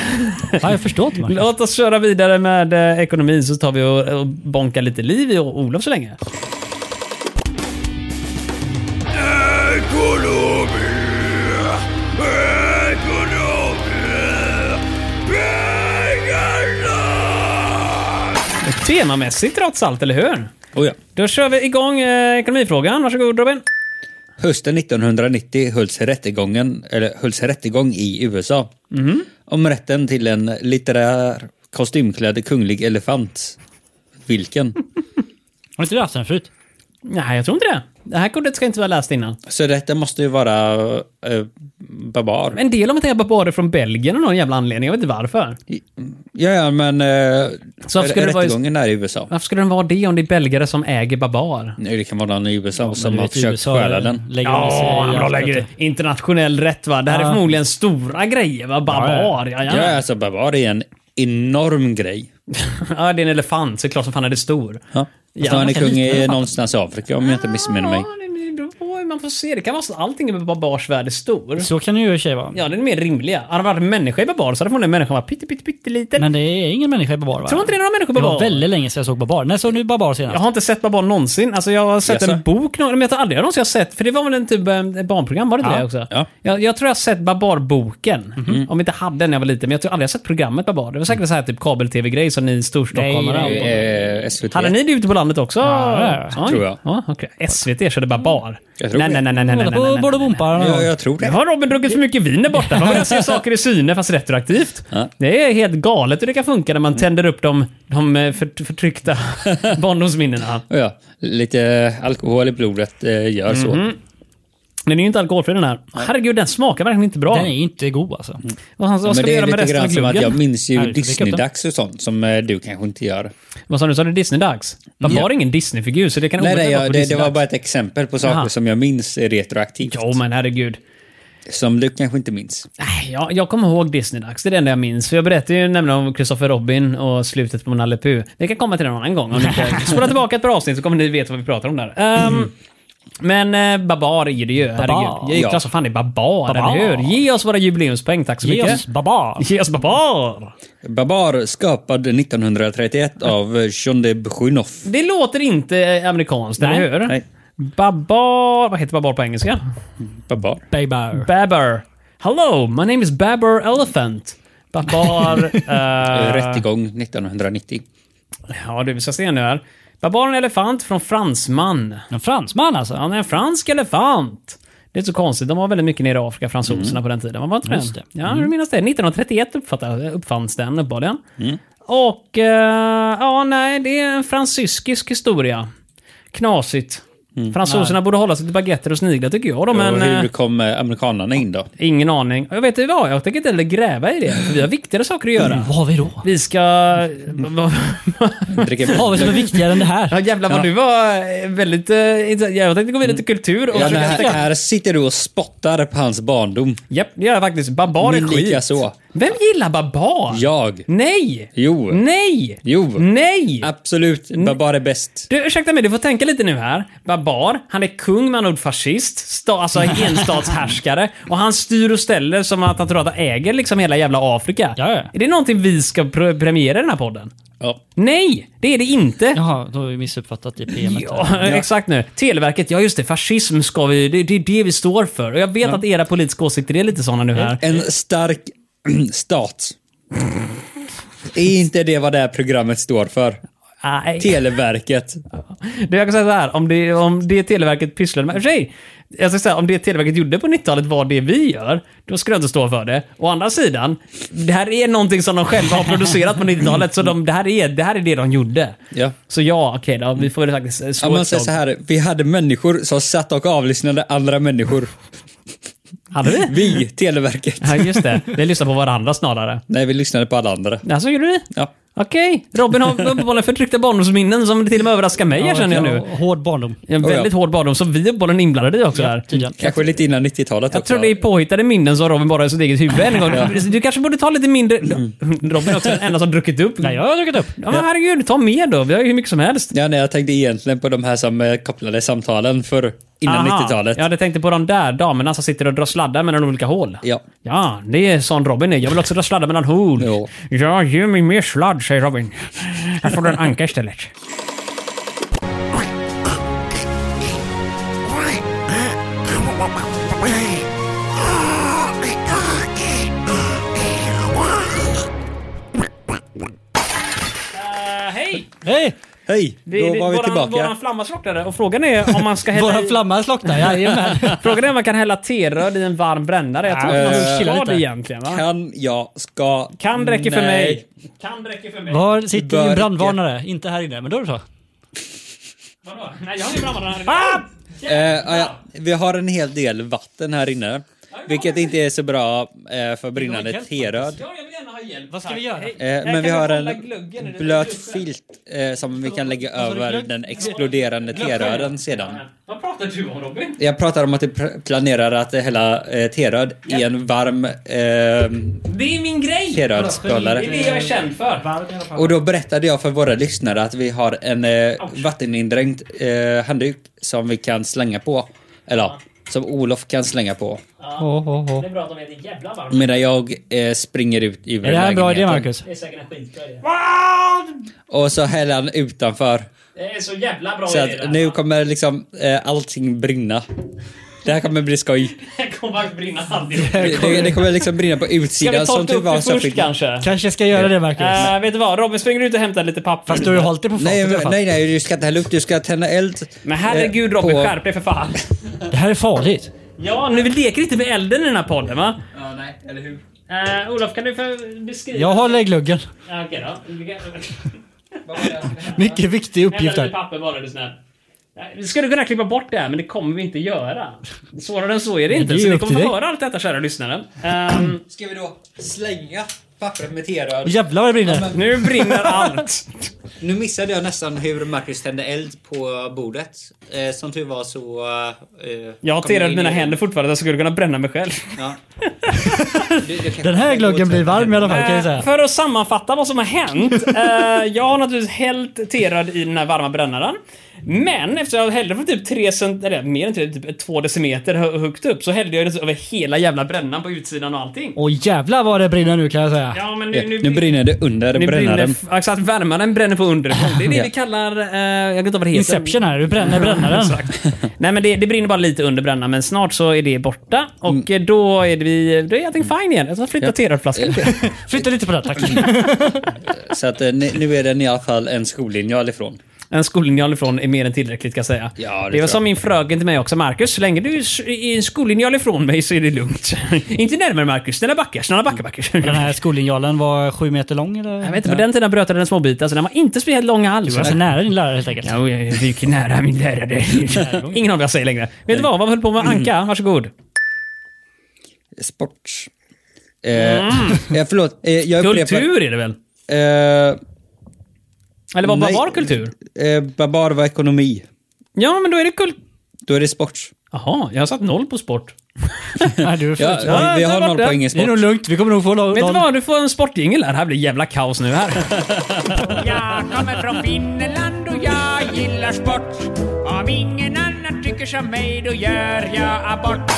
A: jag förstår inte. Marcus.
B: låt oss köra vidare med eh, ekonomin, så tar vi och, och bonkar lite liv i O- Olof så länge. Temamässigt trots allt, eller hur?
C: Oh ja.
B: Då kör vi igång eh, ekonomifrågan. Varsågod Robin.
C: Hösten 1990 hölls rättegången, eller hölls rättegång i USA.
B: Mhm.
C: Om rätten till en litterär kostymklädd kunglig elefant. Vilken?
A: Har inte du haft den förut?
B: Nej, jag tror inte det. Det här kortet ska inte vara läst innan.
C: Så rätten måste ju vara eh, barbar.
B: En del av det här barbarer från Belgien av någon jävla anledning. Jag vet inte varför.
C: Ja, ja, men eh,
B: Så varför skulle det vara i-
C: rättegången är i USA.
B: Varför skulle den vara det om det är belgare som äger barbar?
C: Nej, det kan vara någon i USA som
A: Men du
C: har
A: vet, i
C: försökt
A: USA
C: stjäla den.
A: lägger de sig i
B: Ja,
A: allt
B: bra läge.
A: detta.
B: Internationell rätt va? Det här är
A: Ja.
B: förmodligen stora grejer va? Barbar, ja ja.
C: Ja, alltså barbar är en enorm grej.
B: Ja, det är en elefant, så klart som fan är det stor.
C: Ja.
B: Ja,
C: Fast han är
B: man kan
C: kung
B: likna
C: i
B: det.
C: någonstans i Afrika om jag inte missminner mig.
B: Ja, det beror på hur man får se. Det kan vara så att allting med barbars värld är stor.
A: Så kan det ju i och för sig vara.
B: Ja, det är mer rimliga. Hade det varit en människa i barbar så hade förmodligen människan varit pytte, pytte, pytteliten.
A: Men det är ingen människa i Barbar va?
B: Tror inte det är några människor
A: Det
B: på
A: var
B: barbar.
A: väldigt länge sedan jag såg Barbar. När såg du Barbar senast?
B: Jag har inte sett barbar någonsin. Alltså jag har sett
C: Jaså?
B: en bok, någon- men jag tror aldrig jag någonsin har sett, för det var väl en typ eh, barnprogram, var det inte
A: Ja.
B: det också?
C: Ja. Mhm.
B: Jag, jag tror jag har sett Barbarboken, om jag inte hade den när jag var liten, men jag tror aldrig jag har sett programmet Barbar. Det var säkert så här typ kabel-tv-grej som ni storstockholmare
A: Nej,
B: har på.
C: Eh, SVT.
B: Hade ni det ute på landet också?
A: Ja,
B: Oj.
C: tror jag.
B: Ja, okej. SVT körde bara bar.
C: Jag tror
B: nej,
C: det.
B: nej, nej, nej, nej, nej,
A: Kolla
B: nej,
A: på
B: nej.
A: Borderbomparna.
C: Ja, jag tror
B: Nu
C: det.
B: har Robin druckit för mycket vin där borta. Man börjar se saker i syne fast retroaktivt.
C: Ja.
B: Det är helt galet hur det kan funka när man tänder upp de, de eh, för, förtryckta barndomsminnena.
C: Ja, lite alkohol i blodet eh, gör så.
B: Mhm. Den är ju inte alkoholfri den här. Herregud, den smakar verkligen inte bra.
A: Den är inte god alltså.
B: Vad, han- vad
C: Men
B: ska vi
C: det
B: göra
C: är
B: med
C: lite
B: resten av
C: grann som att
B: gluggen?
C: jag minns
A: Nej,
C: ju
A: vi fick upp
C: Disney-dags och sånt som eh, du kanske inte gör.
B: Vad sa du? Sa du Disney-dags? Man
C: Ja.
B: var ingen Disney-figur, så det kan
C: Nej, nej,
B: omöjligt vara
C: jag,
B: på
C: det, det
B: Disney-dags.
C: var bara ett exempel på saker
B: Aha.
C: som jag minns retroaktivt.
B: Jo, men herregud.
C: Som du kanske inte minns.
B: Nej, jag, jag kommer ihåg Disney-dags. Det är det enda jag minns. För jag berättade ju nämligen om Christopher Robin och slutet på Nalle Puh. Vi kan komma till det någon annan gång. Om ni inte- Spola tillbaka ett par avsnitt så kommer ni veta vad vi pratar om där. Ehm,
C: Mm.
B: Men eh, Babar är det ju. Herregud. Jag är ju
C: Ja.
B: klart som fan det är Babar,
A: Babar.
B: eller hur? Ge oss våra jubileumspoäng, tack så mycket.
A: Ge oss Barbar.
B: Ge oss Babar!
C: Babar skapad 1931 av eh, Jean de Bujunov.
B: Det låter inte amerikanskt,
A: Nej.
B: eller hur?
C: Nej.
B: Babar... Vad heter Babar på engelska?
C: Babar.
A: Babar.
B: Babar. Hello, my name is Babar Elephant. Babar... eh,
C: Eh, Rättegång 1990.
B: Ja du, vi ska se nu här. Barbaren elefant från fransman.
A: En fransman alltså.
B: Han är en fransk elefant. Det är inte så konstigt, de var väldigt mycket nere i Afrika,
C: Mm.
B: fransoserna på den tiden. Man var inte med.
A: Just det.
B: Ja, du minns det. 1931 uppfattar- uppfanns den uppenbarligen.
C: Mm.
B: Och, eh, ja nej, det är en fransyskisk historia. Knasigt. Fransoserna borde hålla sig till baguetter och sniglar tycker jag då, men...
C: och
B: eh,
C: Mm. hur kom eh, amerikanarna in då?
B: Ingen aning. Jag vet inte vad, jag tänker inte heller gräva i det. För vi har viktigare saker att
C: Mm.
B: göra.
A: Vad har vi då?
B: Vi ska...
C: Dricker
A: Vad har vi som är viktigare än det
B: Ja
A: här?
B: jävlar vad
C: Ja. Mm.
B: du var eh, väldigt... eh, intressant. Jag tänkte gå vidare till kultur och
C: Ja, men
B: försöka
C: här,
B: hitta-
C: här sitter du och spottar på hans barndom.
B: Japp, det gör jag faktiskt. Barbar är
C: Min
B: skit.
C: lika så.
B: Vem gillar barbar?
C: Jag.
B: Nej!
C: Jo.
B: Nej!
C: Jo.
B: Nej!
C: Absolut.
B: Mm.
C: Babar är bäst.
B: Du, ursäkta mig, du får tänka lite nu här. Babar, han är kung, med andra ord fascist, sta, alltså enstatshärskare. Och han styr och ställer som att han tror att han äger liksom hela jävla Afrika.
A: Ja, ja.
B: Är det någonting vi ska pr- premiera i den här podden?
C: Ja.
B: Nej, det är det inte.
A: Jaha, då har vi missuppfattat i PMet.
B: Ja, exakt nu. Televerket, ja just det, fascism ska vi, det, det är det vi står för. Och jag vet att era politiska åsikter är lite sådana nu här.
C: En stark stat. Är inte det vad det här programmet står för?
B: Nej.
C: Televerket.
B: Det jag kan säga så här, om det, om det Televerket pysslade med, i och för sig, jag ska säga, om det Televerket gjorde på 90-talet var det vi gör, då skulle jag inte stå för det. Å andra sidan, det här är någonting som de själva har producerat på 90-talet, så de, det, här är, det här är det de gjorde.
C: Ja.
B: Så ja, okej då, vi får väl faktiskt eh, slå
C: Om man
B: ett
C: säger
B: slag.
C: så här, vi hade människor som satt och avlyssnade andra människor.
B: Hade vi?
C: Vi, Televerket.
B: Ja, just det. Vi lyssnar på varandra snarare.
C: Nej, vi lyssnade på alla andra.
B: Alltså, gjorde du det?
C: Ja.
B: Okej. Robin har uppenbarligen förtryckta barndomsminnen som till och med överraskar mig här känner jag nu.
A: Hård barndom.
B: En
C: Oh ja.
B: väldigt hård barndom som vi uppenbarligen är inblandade i också där.
A: Tydligen.
C: Kanske lite innan 90-talet
B: Jag
C: också.
B: tror det är påhittade minnen som Robin bara har i sitt eget huvud en gång. Du kanske borde ta lite mindre...
C: Mm.
B: Robin är också den enda som druckit upp.
A: Nej, jag har druckit upp.
B: Ja, men herregud, ta mer då. Vi har ju hur mycket som helst.
C: Ja, nej, jag tänkte egentligen på de här som eh, kopplade samtalen för innan
B: Aha.
C: 90-talet.
B: Jag hade tänkt på de där damerna som sitter och drar sladdar mellan olika hål.
C: Ja.
B: Ja, det är sån Robin är. Jag vill också dra sladdar mellan hål.
C: Jo.
B: Ja, ge mig mer sladd, säger Robin. Här får du en anka istället. Hej!
A: Hej!
C: Hej, då
B: Det, det,
C: var vi
B: våran,
C: tillbaka.
B: Våran flamma slocknade och frågan är om man ska hälla
A: Våra
B: i-
A: flamma slocknar, jajamän.
B: Frågan är om man kan hälla teröd i en varm brännare. Jag tror
A: Ja,
B: att man
A: eh,
B: ska
A: chilla
B: det
A: lite.
B: egentligen. Va?
C: Kan, jag, ska...
B: Kan det räcker för
C: Nej.
B: mig. Kan det räcker för mig.
A: Var sitter
C: Börke.
A: din brandvarnare? Inte här inne, men då är det så.
B: Vadå? Nej, jag har ingen brandvarnare. Ah!
C: Eh, ah, ja, vi har en hel del vatten här inne. Vilket inte är så bra eh, för brinnande
A: hjälp,
C: teröd.
B: Ja, jag vill gärna ha hjälp.
A: Vad ska
B: tack.
A: vi göra?
B: Hej.
C: Eh,
B: Jag
C: men vi
B: kan
C: har
B: hålla
C: en
B: gluggen, är det Alltså,
C: blöt
B: lite
C: filt eh, som vi kan lägga
A: Vad sa du,
C: över
A: glögg?
C: den exploderande teröden sedan.
B: Vad pratar du om Robin?
C: Jag pratar om att du pr- planerar att hälla eh, teröd i en varm eh,
B: Det är min grej! Det är
C: terödskålare.
B: det jag är känd för.
A: Varv i alla fall.
C: Och då berättade jag för våra lyssnare att vi har en eh, vattenindränkt eh, handduk som vi kan slänga på. Eller ja, som Olof kan slänga på.
A: Åh, åh, åh.
B: är bra att de är ett jävla varmt.
C: Medan jag eh, springer ut ur
A: Är det här en bra idé
C: lägenheten.
A: Marcus?
B: Det är säkert en skitbra idé.
C: Och så häller han utanför.
B: Det är så jävla bra
C: Så att nu kommer liksom eh, allting brinna. Det här kommer bli skoj.
B: Det kommer faktiskt brinna alltihop.
C: Det, det kommer liksom brinna på
B: Ska vi
C: utsidan. typ
B: torka upp det först
C: fick-
B: kanske?
A: Kanske ska jag göra det Marcus.
B: Eh, vet du vad? Robin springer ut och hämtar lite papper.
A: Fast du har ju hållit det på
C: Nej,
A: fatet i alla fall.
C: nej, nej, du ska inte hälla upp. Du ska tända eld.
B: Men herregud
C: eh,
B: Robin,
C: på-
B: skärp dig för fan.
A: Det här är farligt.
B: Ja, nu vi leker inte med elden i den här podden va?
C: Ja, nej, eller hur?
B: Uh, Olof, kan du för beskriva?
A: Jag håller i gluggen.
B: Ja, Okej då. Vi kan-
A: Mycket viktig uppgift
B: Hämta lite
A: där.
B: papper bara, är du snäll. Nej, Vi skulle kunna klippa bort det här, men det kommer vi inte göra. Svårare än så är det inte.
A: det är
B: så ni
A: upp
B: kommer
A: till
B: få
A: dig.
B: höra allt detta, kära lyssnare. Ehm,
C: Ska vi då slänga pappret med teröd?
A: Åh, Jävlar vad det brinner.
B: nu brinner allt.
C: Nu missade jag nästan hur Marcus tände eld på bordet. Eh, som tur var så... Eh,
B: Jag har
C: kom jag
B: terrat
C: in
B: mina
C: i-
B: händer fortfarande, jag skulle kunna bränna mig själv.
C: Ja. Du- du kan-
A: Den här gluggen blir varm i alla fall kan jag
B: Eh,
A: säga.
B: För att sammanfatta vad som har hänt. eh, jag har naturligtvis hällt terad i den här varma brännaren. Men eftersom jag hällde från typ 3 cent, eller mer än tre, typ 2 decimeter hö- högt upp så hällde jag det över hela jävla brännan på utsidan och allting.
A: Åh jävlar vad det brinner nu kan jag säga.
B: Ja men nu,
C: Nu, brinner det under
B: nu
C: brännaren.
B: brinner- alltså, Exakt, värmaren bränner på underifrån. Det är det
C: Ja.
B: vi kallar, eh, jag vet inte vad det heter.
A: Inception här, du bränner brännaren.
B: Exakt. Nej men det, det brinner bara lite under brännan men snart så är det borta och
C: Mm.
B: eh, då är det vi, då är allting fine igen. Jag ska flytta teradflaskan lite.
A: Flytta lite på den tack.
C: Så att, eh, ni- nu är den i alla fall en skollinjal ifrån.
B: En skollinjal ifrån är mer än tillräckligt ska jag säga.
C: Ja,
B: det var
C: det tror
B: som
C: jag.
B: min fröken till mig också. Marcus, så länge du s- är en skollinjal ifrån mig så är det lugnt. inte närmare Marcus. Snälla backa, snälla backa, backa.
A: Den här skolinjalen var sju meter lång
B: Jag
A: eller?
B: vet inte, på den tiden bröt jag den i små bitar så den var inte speciellt lång
A: Du
B: alls. Alltså,
A: var så Alltså, nära din lärare helt enkelt.
B: Jo, jag gick nära min lärare. Ingen av jag säger längre. Vet du vad? Vad höll på med Anka?
E: Mm.
B: Varsågod.
C: Sport. Eh, eh, förlåt, eh, jag upprepar.
B: Kultur är det väl?
C: Eh,
B: Eller vad vad
C: Nej.
B: var kultur?
C: eh, barbar var ekonomi.
B: Ja, men då är det kul...
C: Då är det sport.
B: Jaha, jag har satt noll på sport.
A: Nej, du är
C: Ja,
A: för-
B: Ja,
C: vi
B: där
C: har
B: var
C: noll
B: det.
C: poäng i
A: Det är
C: sport.
A: nog lugnt, vi kommer nog få no-
B: Vet du
A: noll.
B: vad? Du får en sportjingel här. Det här blir jävla kaos nu här.
E: Jag kommer från Finland och jag gillar sport. Om ingen annan tycker som mig då gör jag abort.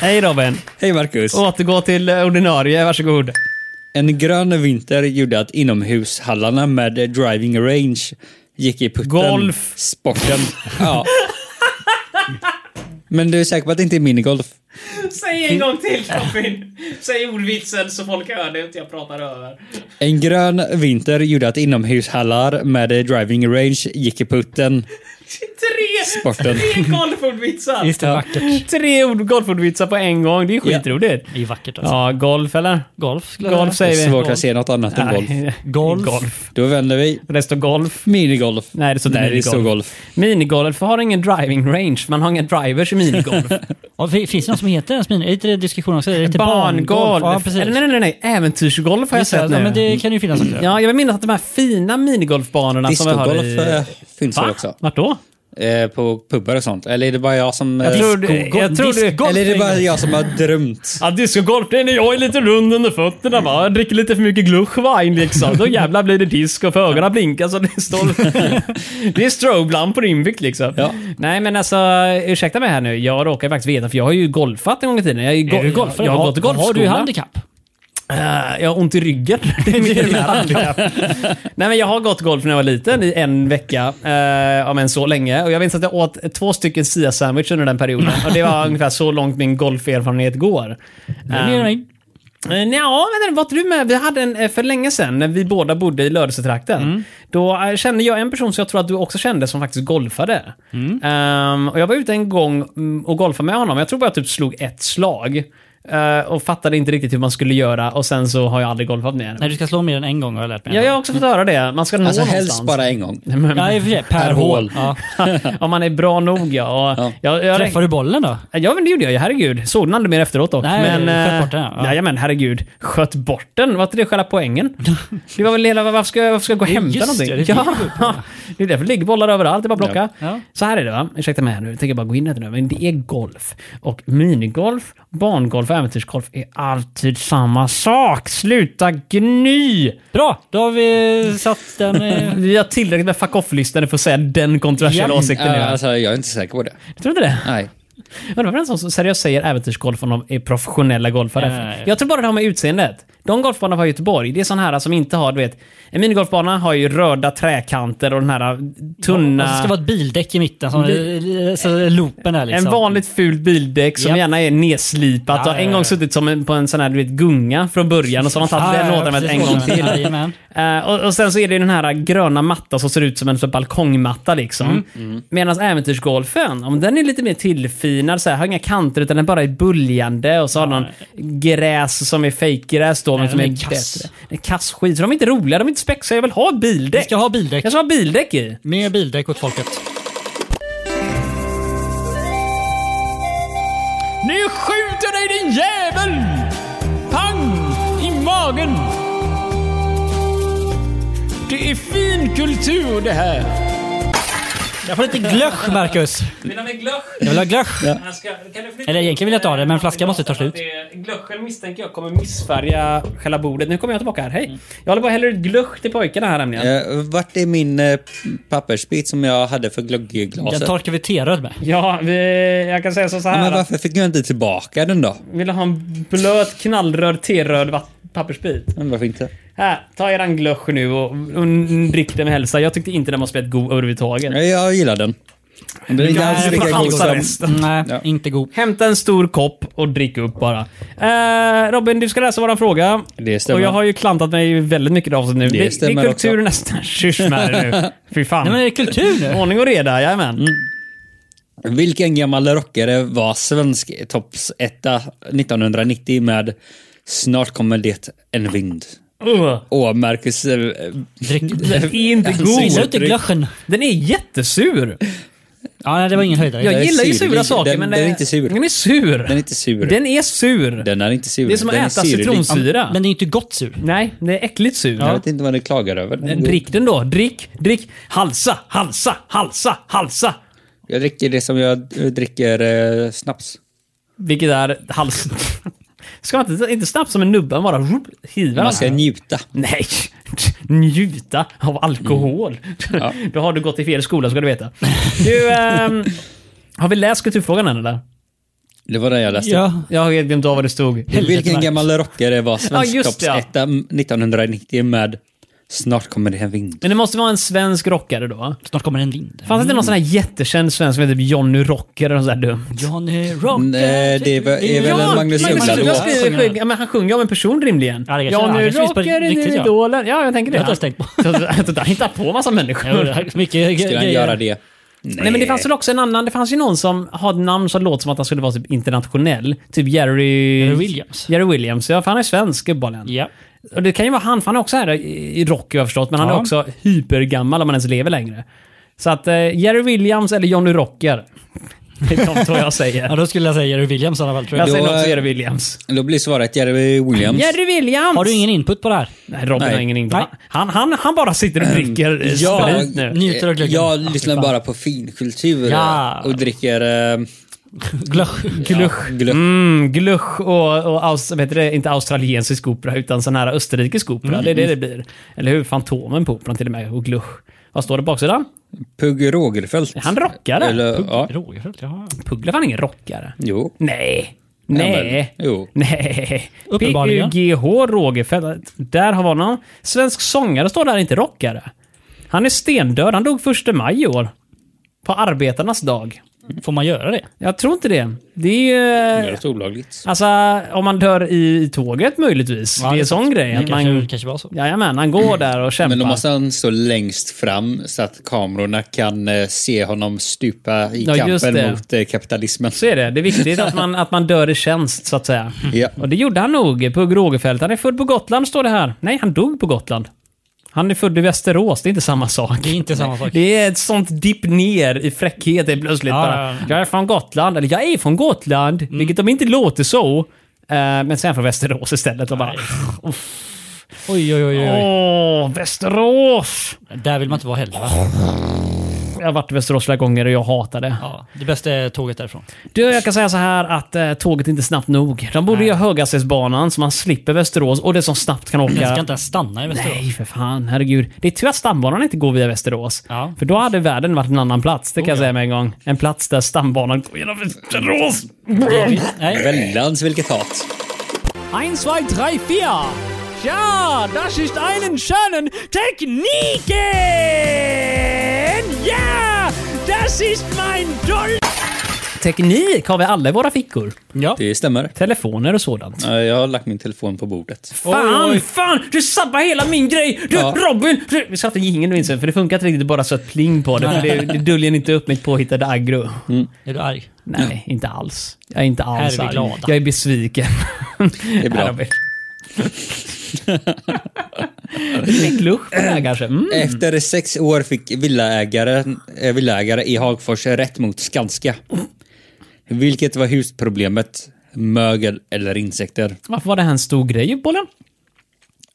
B: Hej Robin.
C: Hej Marcus.
B: Återgå till eh, ordinarie, varsågod.
C: En grön vinter gjorde att inomhushallarna med eh, driving range gick i putten.
B: Golf.
C: Sporten. Ja. Men du är säker på att det inte är minigolf?
B: Säg en gång till Robin. Säg ordvitsen så folk hör det och inte jag pratar över.
C: En grön vinter gjorde att inomhushallar med eh, driving range gick i putten.
B: Tre
C: sporten.
B: Tre golfordvitsar!
A: Visst är det vackert?
B: Tre ord golfordvitsar på en gång, det är
C: Ja.
B: skitroligt.
A: Det är vackert alltså.
B: Ja, golf eller?
A: Golf skulle jag
B: Golf
A: säga.
C: Det
B: säger
C: är
B: vi.
C: svårt att se något annat än golf.
B: Nej,
A: Golf.
B: golf.
C: Då vänder vi.
B: Det står golf.
C: Minigolf.
B: Nej, det står
C: Nej, det är
B: minigolf.
C: stor golf.
B: Minigolf har ingen driving range, man har inga drivers i minigolf.
A: Ja, fi- finns det något som heter ens min? Är inte det diskussion också? Är det inte
B: Barngolf.
A: barngolf? Ja, precis.
B: Eller nej, nej, nej, äventyrsgolf har jag
A: Just det,
B: sett
A: ja,
B: nu.
A: men det kan ju finnas också.
B: Ja, jag vill minnas att de här fina minigolfbanorna som vi har
C: Discogolf eh,
B: i...
C: finns väl
B: Va?
C: också.
B: Vart då?
C: Eh, på pubbar och sånt. Eller är det bara jag som... eh,
B: Jag tror, du-
A: Discogolf-
B: jag tror du...
A: discogolf.
C: eller är det bara jag som har drömt?
B: Ja, discogolf, det är när jag är lite rund under fötterna va. Jag dricker lite för mycket gluschwein liksom. Då jävlar blir det disco för ögonen blinkar så det står... det är strobelampor inbyggt liksom.
C: Ja.
B: Nej men alltså, ursäkta mig här nu. Jag råkar faktiskt veta, för jag har ju golfat en gång i tiden. Jag, är ju go-
A: Är du golfare?
B: jag, jag har gått i golfskola.
A: Har du handikapp?
B: Eh, jag har ont i ryggen. Det är mitt primära handikapp. Nej, men jag har gått golf när jag var liten i en vecka, eh, om än så länge. Och jag minns att jag åt två stycken Sia-sandwich under den perioden. Och det var ungefär så långt min golferfarenhet går. Ehm,
A: Det är mig.
B: Uh, ja, men var inte du med? Vi hade en eh, för länge sedan, när vi båda bodde i Lödösetrakten.
C: Mm.
B: Då eh, kände jag en person som jag tror att du också kände som faktiskt golfade.
C: Mm.
B: Ehm, och jag var ute en gång mm, och golfade med honom. Jag tror bara jag typ slog ett slag. eh, och fattade inte riktigt hur man skulle göra och sen så har jag aldrig golfat med henne.
A: Nej, du ska slå mer än en gång har jag lärt mig.
B: Ja, jag har också fått höra det. Man ska nå
C: Alltså helst
B: någonstans.
C: bara en gång.
A: Ja, i och för sig. Per,
C: Per
A: hål.
C: hål.
A: Ja.
B: Om man är bra nog ja. Och
C: Ja.
B: Jag, jag,
A: Träffar du bollen då?
B: Ja, men det gjorde jag ju. Herregud. Såg den aldrig mer efteråt dock.
A: Nej,
B: men,
A: sköt
B: eh,
A: bort den, ja.
B: Jajamän, herregud. Sköt bort den? Var inte det själva poängen? Det var väl hela, varför ska, jag- varför ska jag gå och
A: Ja,
B: hämta
A: just det,
B: någonting?
A: det
B: ja. det är därför det ligger bollar överallt. Det är bara att plocka.
A: Ja. Ja.
B: Så här är det va. Ursäkta mig här nu. Jag tänker bara gå in här nu. Men det är golf. Och minigolf, barngolf och äventyrsgolf är alltid samma sak. Sluta gny!
A: Bra, då har vi satt den... eh,
B: Vi har tillräckligt med fuck off-listor för att säga den kontroversiella
A: Ja.
B: åsikten.
C: Ja,
B: Uh,
C: alltså, jag är inte säker på det.
B: tror du inte det?
C: Nej.
B: Men det var en sån som seriöst säger äventyrsgolf om de är professionella golfare.
A: Nej, nej, nej.
B: Jag tror bara det har med utseendet. De golfbanorna var i Göteborg, det är sådana här som inte har, du vet. En minigolfbana har ju röda träkanter och den här tunna...
A: Och så ska alltså, det vara ett bildäck i mitten, som eh, så loopen är liksom.
B: En vanligt fult bildäck som
A: Japp.
B: gärna är nedslipat.
A: Ja,
B: och har
A: ja,
B: en
A: ja.
B: gång suttit som en, på en sån här du vet, gunga från början och så har de tagit den lådan med en gång till.
A: Jajamän.
B: Eh, och, och sen så är det den här gröna mattan som ser ut som en sån balkongmatta liksom.
A: Mm.
B: Medan äventyrsgolfen, om den är lite mer tillfinad, så här, har inga kanter utan den bara är buljande och så har någon gräs som är fejkgräs då, men
A: Nej,
B: som är,
A: den är kass.
B: bättre. Det är kass skit. Så de är inte roliga, de är inte spexiga. Jag vill ha
A: Vi
B: bildäck.
A: ska ha bildäck.
B: Jag ska ha bildäck i.
A: Mer bildäck åt folket.
E: Nu skjuter dig din jävel! Pang! I magen! Det är fin kultur det här.
A: Jag får lite glösch, Marcus.
B: Vill du ha
A: Jag vill ha glösch. Eller egentligen vill jag ta det, men flaskan måste ta slut.
B: Glöschen misstänker jag kommer missfärga själva bordet. Nu kommer jag tillbaka här.
A: Mm.
B: Hej! Jag håller på att hälla ut glösch till pojkarna här nämligen.
C: Eh, vart är min eh, pappersbit som jag hade för glöggglaset?
A: Den torkar vi teröd med.
B: Ja, vi, jag kan säga så så
C: Ja,
B: här.
C: men
B: att
C: varför fick jag inte tillbaka den då?
B: vill du ha en blöt knallröd teröd vatt- pappersbit?
C: Men varför inte?
B: Här, ta eran glösch nu och, och drick den med hälsa. Jag tyckte inte den var speciellt god överhuvudtaget.
C: Nej, Jag gillar den. Den är inte
B: kan-
C: alls
B: du
C: lika
B: får
C: god
B: chansa
C: som...
B: resten.
A: Nej,
C: Ja.
A: inte god.
B: Hämta en stor kopp och drick upp bara. Eh, Robin, du ska läsa våran fråga.
C: Det stämmer.
B: Och jag har ju klantat mig väldigt mycket av nu. Det, det
C: stämmer
B: är kultur
C: också.
B: nästan. Kysch med det nu. Fy fan.
A: Nej men är det kultur nu?
B: Ordning och reda, jajamän.
C: Vilken gammal rockare var svensk toppsetta 1990 med Snart kommer det en vind?
B: Ugh.
C: Åh, Marcus... eh,
A: Drick.
B: Den är inte
A: Gillar du
B: god.
A: inte glöschen?
B: Den är jättesur.
A: Ja, nej, det var ingen höjdare.
B: Jag
C: Den är
B: gillar ju
C: syrlig.
B: sura saker
C: Den-
B: men
C: den är inte sur.
B: Den är sur.
C: Den är inte sur.
B: Den är sur.
C: Den är inte sur.
B: det är som att
C: den
B: äta
C: syrlig.
B: citronsyra.
A: Men det är ju inte gott sur.
B: Nej, det är äckligt sur.
C: Jag vet inte vad ni klagar över. Den är god.
B: Drick den då. Drick, drick. Halsa, halsa, halsa, halsa.
C: Jag dricker det som jag eh, dricker eh, snaps.
B: Vilket är hals... Ska man inte, inte snabbt som en nubbe bara rup, hiva
C: Man ska
B: den?
C: njuta.
B: Nej! Njuta av alkohol.
C: Mm. Ja.
B: Då har du gått i fel skola ska du veta. Du, ehm, har vi läst kulturfrågan än eller?
C: Det var den jag läste.
A: Ja.
B: Jag har helt glömt av vad det stod.
C: Vilken gammal rockare var svensk
B: Ja, just det, ja.
C: toppsetta 1990 med Snart kommer det en vind?
B: Men det måste vara en svensk rockare då? va?
A: Snart kommer en vind.
B: Fanns det
C: Mm.
B: inte någon sån här jättekänd svensk som heter typ Johnny Rocker eller något sånt där dumt?
A: Johnny Rocker.
C: Nej, det är väl- är väl en
A: Ja,
C: Magnus
A: Magnus
C: Uggla-låt.
A: Uggla
B: Uggla
A: sjunger
B: skriver-
A: den.
B: sjunger- ja, men Han sjunger om en person rimligen.
A: Ja, det kanske han.
B: Johnny
A: Det finns på
B: Rocker,
A: riktigt,
B: nu
A: ja.
B: idolen. Ja, jag tänker det.
A: Det har jag inte ens tänkt på.
B: Jag hittar på massa människor.
A: Ja, det är Mycket
C: Skulle han
A: grejer.
C: göra det?
B: Nej. men det fanns väl också en annan. Det fanns ju någon som har ett namn som låter som att han skulle vara typ internationell. Typ Jerry...
A: Jerry Williams.
B: Jerry Williams, ja. För han är svensk, uppenbarligen.
A: Ja.
B: Och det kan ju vara han, för han är också här i i Rocky har jag förstått, men han
A: Ja.
B: är också hypergammal om han ens lever längre. Så att eh, Jerry Williams eller Johnny Rocker. Det är de två jag
A: Ja,
B: säger.
A: då skulle jag säga Jerry Williams i alla fall tror
B: Jag
A: jag.
C: Då- eh,
B: säger också Jerry Williams.
C: Då blir svaret Jerry Williams.
B: Jerry Williams!
A: Har du ingen input på det här?
B: Nej, Robin
C: Nej.
B: har ingen input.
A: Nej.
B: Han, han, han bara sitter och dricker eh,
A: Ja.
B: sprit nu.
A: Njuter av glöggen.
C: Jag
A: Ja, fy
C: lyssnar
A: fan.
C: bara på finkultur
A: Ja.
C: och dricker eh,
A: Glösch.
C: ja, glögg.
B: Mm, glusch och, och aus, vad heter det, inte australiensisk opera utan sån här österrikisk opera. Det är det det blir. Eller hur? Fantomen på operan till och med. Och glusch. Vad står det på baksidan?
C: Pugh Rogefeldt.
B: Han rockade.
C: Eller, ja.
A: Rogefeldt, jaha.
B: Puggla är fan ingen rockare.
C: Jo.
B: Nej.
C: Ja,
B: Nej.
C: men, jo.
B: Nej.
A: Uppenbarligen.
B: PUGH Rogefeldt. Där har vi honom. Svensk sångare står där, inte rockare. Han är stendöd. Han dog första maj i år. På arbetarnas dag.
A: Får man göra det?
B: Jag tror inte det. Det är eh,
C: Det är
B: ju...
C: rätt olagligt.
B: Alltså, om man dör i tåget möjligtvis.
A: Ja,
B: det är
A: det
B: en
A: är
B: sån grej. Att
A: Det kanske, Mm.
B: man...
A: kanske var så.
B: Jajamän, han går där och kämpar.
C: Men då måste han stå längst fram så att kamerorna kan eh, se honom stupa i
B: Ja, just
C: kampen
B: det.
C: mot eh, kapitalismen.
B: Så är det. Det är viktigt att man, att man dör i tjänst, så att säga.
C: Ja.
B: Och det gjorde han nog, Pugh Rogefeldt. Han är född på Gotland, står det här. Nej, han dog på Gotland. Han är född i Västerås, det är inte samma sak.
A: Det är inte samma sak.
B: Det är ett sånt dipp ner i fräckhet det är plötsligt
A: Ja,
B: bara.
A: ja, Mm. ja.
B: Jag är från Gotland, eller jag är från Gotland, vilket de inte låter så. Eh, men sen från Västerås istället och bara...
A: Oj, oj, oj. oj.
B: Åh, Västerås!
A: Där vill man inte vara heller va?
B: Jag har varit i Västerås flera gånger och jag hatar det.
A: Ja, det bästa är tåget därifrån.
B: Du, jag kan säga så här att eh, tåget är inte snabbt nog. De borde göra höghastighetsbanan så man slipper Västerås och det som snabbt kan åka.
A: Den ska inte ens stanna i Västerås.
B: Nej, för fan. Herregud. Det är tur att stambanan inte går via Västerås.
A: Ja.
B: För då hade världen varit en annan plats, det kan jag
A: ja.
B: säga med en gång. En plats där stambanan går genom Västerås.
A: Nej.
C: Väldans vilket hat.
B: Ein, zwei, drei, vier. Ja, das ist einen schönen Tekniken! Ja, das ist mein Dollar! Teknik har vi alla i våra fickor.
A: Ja.
C: Det stämmer.
B: Telefoner och sådant.
C: Eh, Jag har lagt min telefon på bordet.
B: Fan,
A: Oj, oj.
B: fan! Du sabbar hela min grej! Du,
C: Ja.
B: Robin! Du. Vi ska ha en jingel nu inser jag, för det funkar inte riktigt bara så att pling på det. För det, det döljer inte upp mitt påhittade aggro.
A: Är du arg?
B: Nej, inte alls. Jag är inte alls
A: Här är vi
B: arg.
A: glada.
B: Jag är besviken.
C: Det är
B: Nej,
C: bra.
B: Robin. Lite glusch på det här kanske. Mm.
C: Efter sex år fick villaägaren, eh, villaägare i Hagfors rätt mot Skanska. Vilket var husproblemet? Mögel eller insekter?
B: Varför var det här en stor grej i bollen?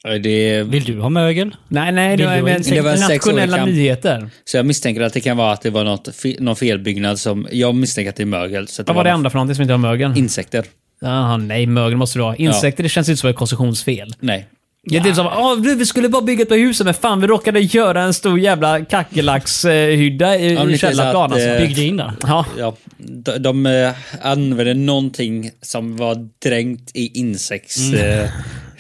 C: Eh, Det,
A: Vill du ha mögel?
C: Eh.
B: Nej, nej, det
A: Vill
B: var,
A: du
B: men,
A: inte?
C: Det var en sex år
B: nationella
C: kamp.
B: nyheter.
C: så jag misstänker att det kan vara att det var något, fe- någon felbyggnad som... Jag misstänker att det är mögel. Så att
B: Vad var det
C: något-
B: andra för någonting som inte var mögen?
C: Insekter.
B: Jaha, nej, mögen måste du ha. Insekter, det känns inte som ett koncessionsfel.
C: Nej.
B: Det är typ som "Åh, du, vi skulle bara bygga ett par hus men fan vi råkade göra en stor jävla kackerlackshydda i,
C: Ja, men
B: i
C: lite så
B: källarplan
C: att,
B: alltså.
C: eh,
A: Byggde in där?
B: Ja.
C: Ja, de, de eh, använde någonting som var dränkt i insekts...
B: Mm.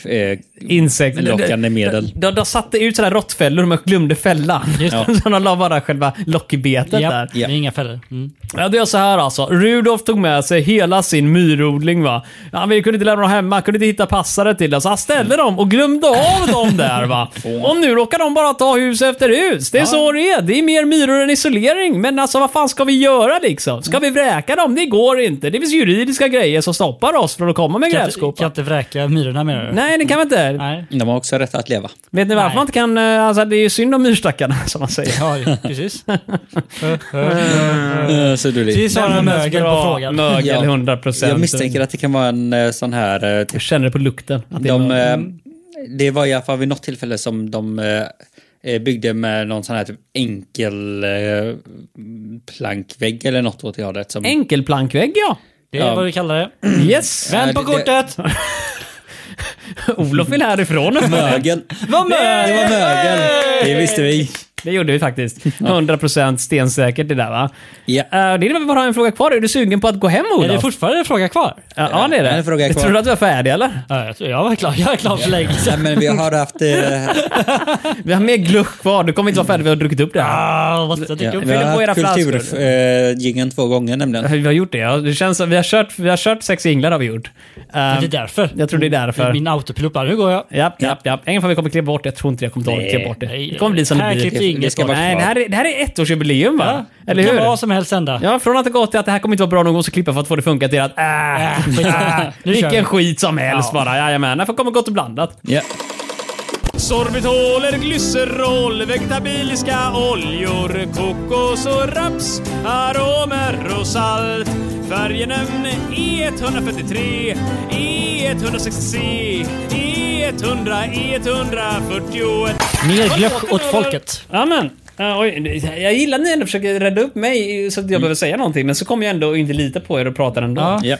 C: eh, eh,
B: Insekter.
C: Lockande medel.
B: De, de, de satte ut sådana råttfällor men glömde fällan. Så de la bara själva lockbetet där.
A: Ja, det är inga fällor. Mm.
B: Ja, det är så här alltså. Rudolf tog med sig hela sin myrodling va. Han kunde inte lämna dem hemma, kunde inte hitta passare till den. Så han ställde
A: Mm.
B: dem och glömde av dem där va. Och nu råkar de bara ta hus efter hus. Det är så det är. Det är mer myror än isolering. Men alltså vad fan ska vi göra liksom? Ska
A: Mm.
B: vi vräka dem? Det går inte. Det finns juridiska grejer som stoppar oss från att komma med
A: Kan, inte-
B: grävskopa.
A: kan inte vräka myrorna menar du?
B: Nej, det kan vi inte.
A: Nej.
C: de har också rätt att leva.
B: Vet ni varför
A: Nej.
B: man inte kan... eh, Alltså det är ju synd om myrstackarna som man säger.
A: Ja, precis.
C: Eh, Så du,
A: Vi svarar mögel på
B: Bra,
A: frågan.
B: Mögel,
C: Ja.
B: 100%.
C: jag misstänker att det kan vara en eh, sån här... eh, Typ,
B: Jag känner det på lukten. att det är
C: de,
B: mögel.
C: eh, det var i alla fall vid något tillfälle som de eh, eh, byggde med någon sån här typ enkel eh, plankvägg eller något åt det hållet. Som,
B: Enkelplankvägg ja.
A: Det är vad vi kallar det.
B: Yes!
A: Vänd på
C: Ja, det-
A: kortet!
B: Olof vill härifrån.
C: mögel.
A: Vad
C: Det var
A: mögel!
C: mögel. Det visste vi.
B: Det gjorde vi faktiskt. 100% stensäkert det där va?
C: Ja.
B: Eh, Det är väl bara en fråga kvar. Är du sugen på att gå hem
A: Är
B: Olof?
A: det fortfarande en fråga kvar?
B: Ja, ja, det är det.
C: Ja, en fråga
B: jag
C: kvar.
B: tror du att du är färdig eller?
A: Ja, jag tror jag var klar. Jag är klar för länge sedan.
C: Nej, men vi har haft... Eh,
B: Vi har mer glusch kvar. Du kommer inte vara färdig. Vi har druckit upp det här.
A: Ah, vad ska jag
C: Ja,
A: dricka upp?
C: vi har
B: fyller på era
C: haft
B: flaskor.
C: kulturgingen två gånger nämligen.
B: Vi har gjort det. ja. Det känns som vi har kört, vi har kört sex jinglar har vi gjort.
A: Är det därför?
B: Jag tror det är därför.
A: Min autopilot bara, nu går jag.
B: Eh, Japp, japp, japp. Ingen fara, vi kommer klippa bort det. Jag tror inte jag kommer orka
A: Nej.
B: bort det.
A: Nej,
B: Det kommer bli som det
A: här klipps
B: blir.
A: in
C: det
A: inget
C: ska
A: ska
C: vara
B: Nej, det
C: kvar.
B: här är, det här är ettårsjubileum va?
A: Ja,
B: Eller
A: Det
B: hur?
A: kan vad som helst hända.
B: Ja, från att det gått till att det här kommer inte vara bra någon gång så klippa för att få det funka till att äh,
A: skit.
B: äh,
A: Nu kör vi.
B: vilken skit som helst
A: Ja.
B: bara. Jajamän, här får komma gott och blandat.
C: Ja.
B: Sorbitoler, glycerol, vegetabiliska oljor, kokos och raps, aromer och salt. Färgenämn E E143, E E160C, E E100, E141.
A: Mer glögg åt folket.
B: Ja, men. Ja, oj, det- jag gillar att ni ändå försöker rädda upp mig så att jag behöver säga någonting, men så kommer jag ändå inte lita på er och pratar ändå.
A: Mm. Ja.
C: ja.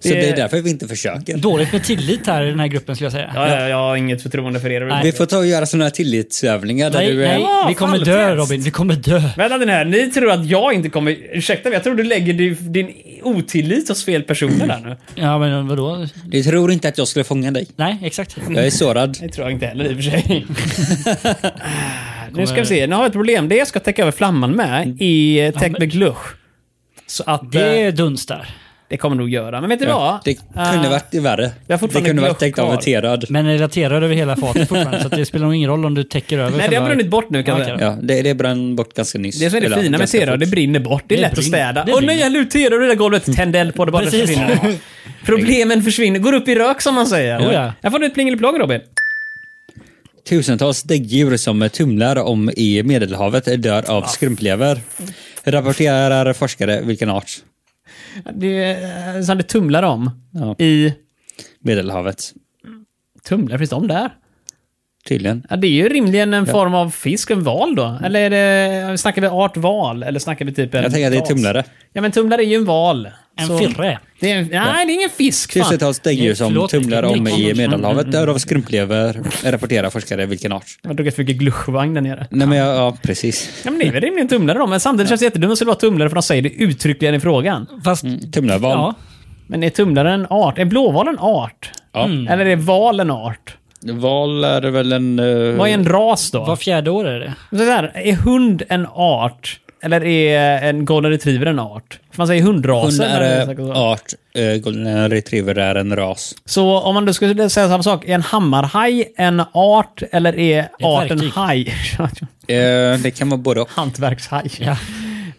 C: Så
B: Det-
C: det är därför vi inte försöker.
A: Dåligt med tillit här i den här gruppen skulle jag säga.
B: Ja, ja, jag har inget förtroende för er.
C: Vi får ta och göra sådana här tillitsövningar där
A: Nej,
C: du är...
A: nej,
B: Ja,
A: vi kommer
B: fan,
A: dö
B: fest.
A: Robin. Vi kommer dö.
B: Vänta den här, ni tror att jag inte kommer... Ursäkta mig, jag tror du lägger din, din otillit hos fel personer där nu.
A: Ja, men vadå?
C: Du tror inte att jag skulle fånga dig.
A: Nej, exakt.
C: Jag är sårad.
B: Det tror jag inte heller i och för sig. nu ska vi se, nu har jag ett problem. Det jag ska täcka över flamman med eh, är täckt med glusch. Så att det,
A: Det dunstar.
B: det kommer nog göra. Men vet du vad?
C: Det kunde
B: Eh,
C: varit värre.
B: jag har
C: Det
B: fortfarande
C: kunde varit
B: glömt
C: täckt
B: kvar. Mm.
C: av en terad.
A: Men är relaterad över hela fatet fortfarande, så att det spelar nog ingen roll om du täcker över.
B: Nej, det har
A: själva-
B: brunnit bort nu kan jag
A: Ja,
B: säga.
A: okej
C: Ja, det, det brann bort ganska nyss.
B: Det som är det
C: Eller
B: fina med
C: ganska
B: Tera,
C: fort.
B: det brinner bort. Det är
A: Det
B: lätt att
A: brinner.
B: städa.
A: Det
B: Åh nej,
A: brinner.
B: jag luterar det där golvet. Tänd eld på det bara det
A: Precis.
B: försvinner. Problemen försvinner, går upp i rök som man säger.
A: Oh, ja.
B: Jag får nu ett plingelplåg Robin.
C: Tusentals däggdjur som tumlar om i Medelhavet dör
B: Ah.
C: av skrumplever. Rapporterar forskare vilken art?
B: Det är eh, som det tumlar om.
C: Ja.
B: I...
C: Medelhavet.
B: Tumlar, finns de där?
C: Tydligen.
B: Ja, det är ju rimligen en form av fisk, en val då. Eller är det, snackar vi art val? Eller snackar vi typ en
C: Jag tänker att det är
B: ras?
C: tumlare.
B: Ja, men tumlare är ju en val.
A: En
B: Så-
A: firre.
B: Det är, en- nej, det är ingen fisk. Fan. Mm,
C: Tusentals däggdjur som
A: Förlåt,
C: tumlar om
A: vilken-
C: i
A: vilken-
C: Medelhavet dör av skrumplever. Rapporterar forskare vilken art?
B: Jag har druckit för mycket gluschvagn där nere.
C: Nej men ja, ja precis.
B: Ja, men det är väl rimligen tumlare då, men samtidigt känns det jättedumt att det skulle vara tumlare för de säger det uttryckligen i frågan.
A: Fast,
C: Tumlarval.
A: ja.
B: Men är tumlare en art? Är blåval en art?
C: Ja.
B: Eller är val en art?
C: Val är väl en... eh,
B: Vad är en ras då?
A: Var fjärde år är det.
B: Så här, är hund en art? Eller är en golden retriever en art? För man säger
C: Hund
B: hundraser.
C: är
B: eller
C: eh,
B: så.
C: art, eh, golden retriever är en ras.
B: Så om man då skulle säga samma sak, är en hammarhaj en art eller är arten
A: verktyg.
B: haj?
C: Eh, Det kan vara både och.
B: Hantverkshaj.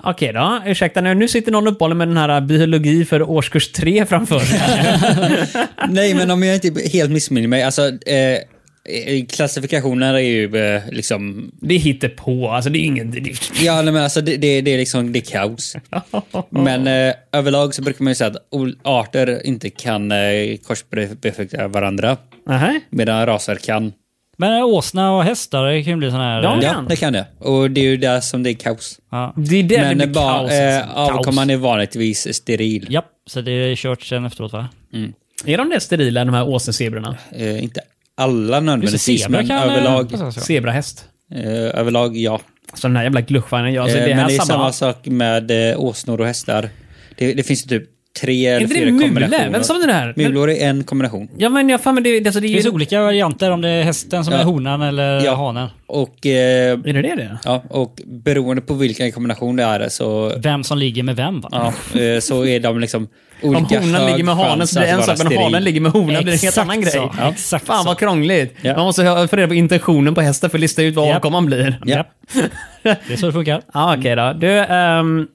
B: Okej då, ursäkta nu. Nu sitter någon uppehållen med den här biologi för årskurs tre framför sig.
C: Nej, men om jag inte helt missminner mig. Alltså, eh, eh, klassifikationen är ju eh, liksom...
B: det hittar på, alltså det är ingen... det-
C: Ja, nej, men alltså det, det, det är liksom det är kaos. Men eh, överlag så brukar man ju säga att ol- arter inte kan eh, korsbefrukta varandra.
B: Nähä?
C: Medan raser kan.
A: Men åsna och hästar, det kan ju bli sån här...
B: Ja.
A: Ja.
C: Ja, det kan det. Och det är ju där som det är kaos.
B: Det är där
C: Men
B: det blir
C: eh, ba-
B: kaos.
C: eh,
B: alltså.
C: avkomman är vanligtvis steril.
A: Japp, så det är kört sen efteråt va?
B: Är de där sterila, de här åsnezebrorna?
C: Eh, inte alla
A: Just
C: nödvändigtvis,
A: det, zebra
C: men
A: kan, eh,
C: överlag,
A: passa sig.
B: Zebrahäst.
C: eh, överlag ja.
B: Alltså den här jävla gluschvagnen. Ja, alltså,
C: Eh,
B: det här
C: men det är
B: samma...
C: samma sak med eh, åsnor och hästar. Det, det finns ju typ tre
B: Är
C: eller
B: inte
C: fyra
B: det mule?
C: kombinationer.
B: Vem sa det här?
C: Mulor är en kombination.
B: Ja men jag fan men det, det- alltså, det
A: Det
B: är
A: finns
B: ju...
A: olika varianter om det är hästen som
C: Ja.
A: är honan eller
C: Ja.
A: hanen.
C: Och, eh,
B: Är det det det?
C: ja, och beroende på vilken kombination det är så,
A: Vem som ligger med vem va?
C: ja, eh, så är de liksom olika
B: Om honan
C: hög
B: ligger med hanen
C: chans
B: så blir det
C: att
B: en sak,
C: vara
B: men
C: steril.
B: hanen ligger med honan blir det en helt
A: Exakt
B: annan
A: så.
B: grej.
A: Ja. Exakt
B: Fan
A: så.
B: vad krångligt.
C: Ja.
B: Man måste ha- få reda på intentionen på hästen för att lista ut vad
A: Japp.
B: avkomman blir. Ja,
C: Ja.
A: Det är så det funkar.
B: okej då. Du, ehm...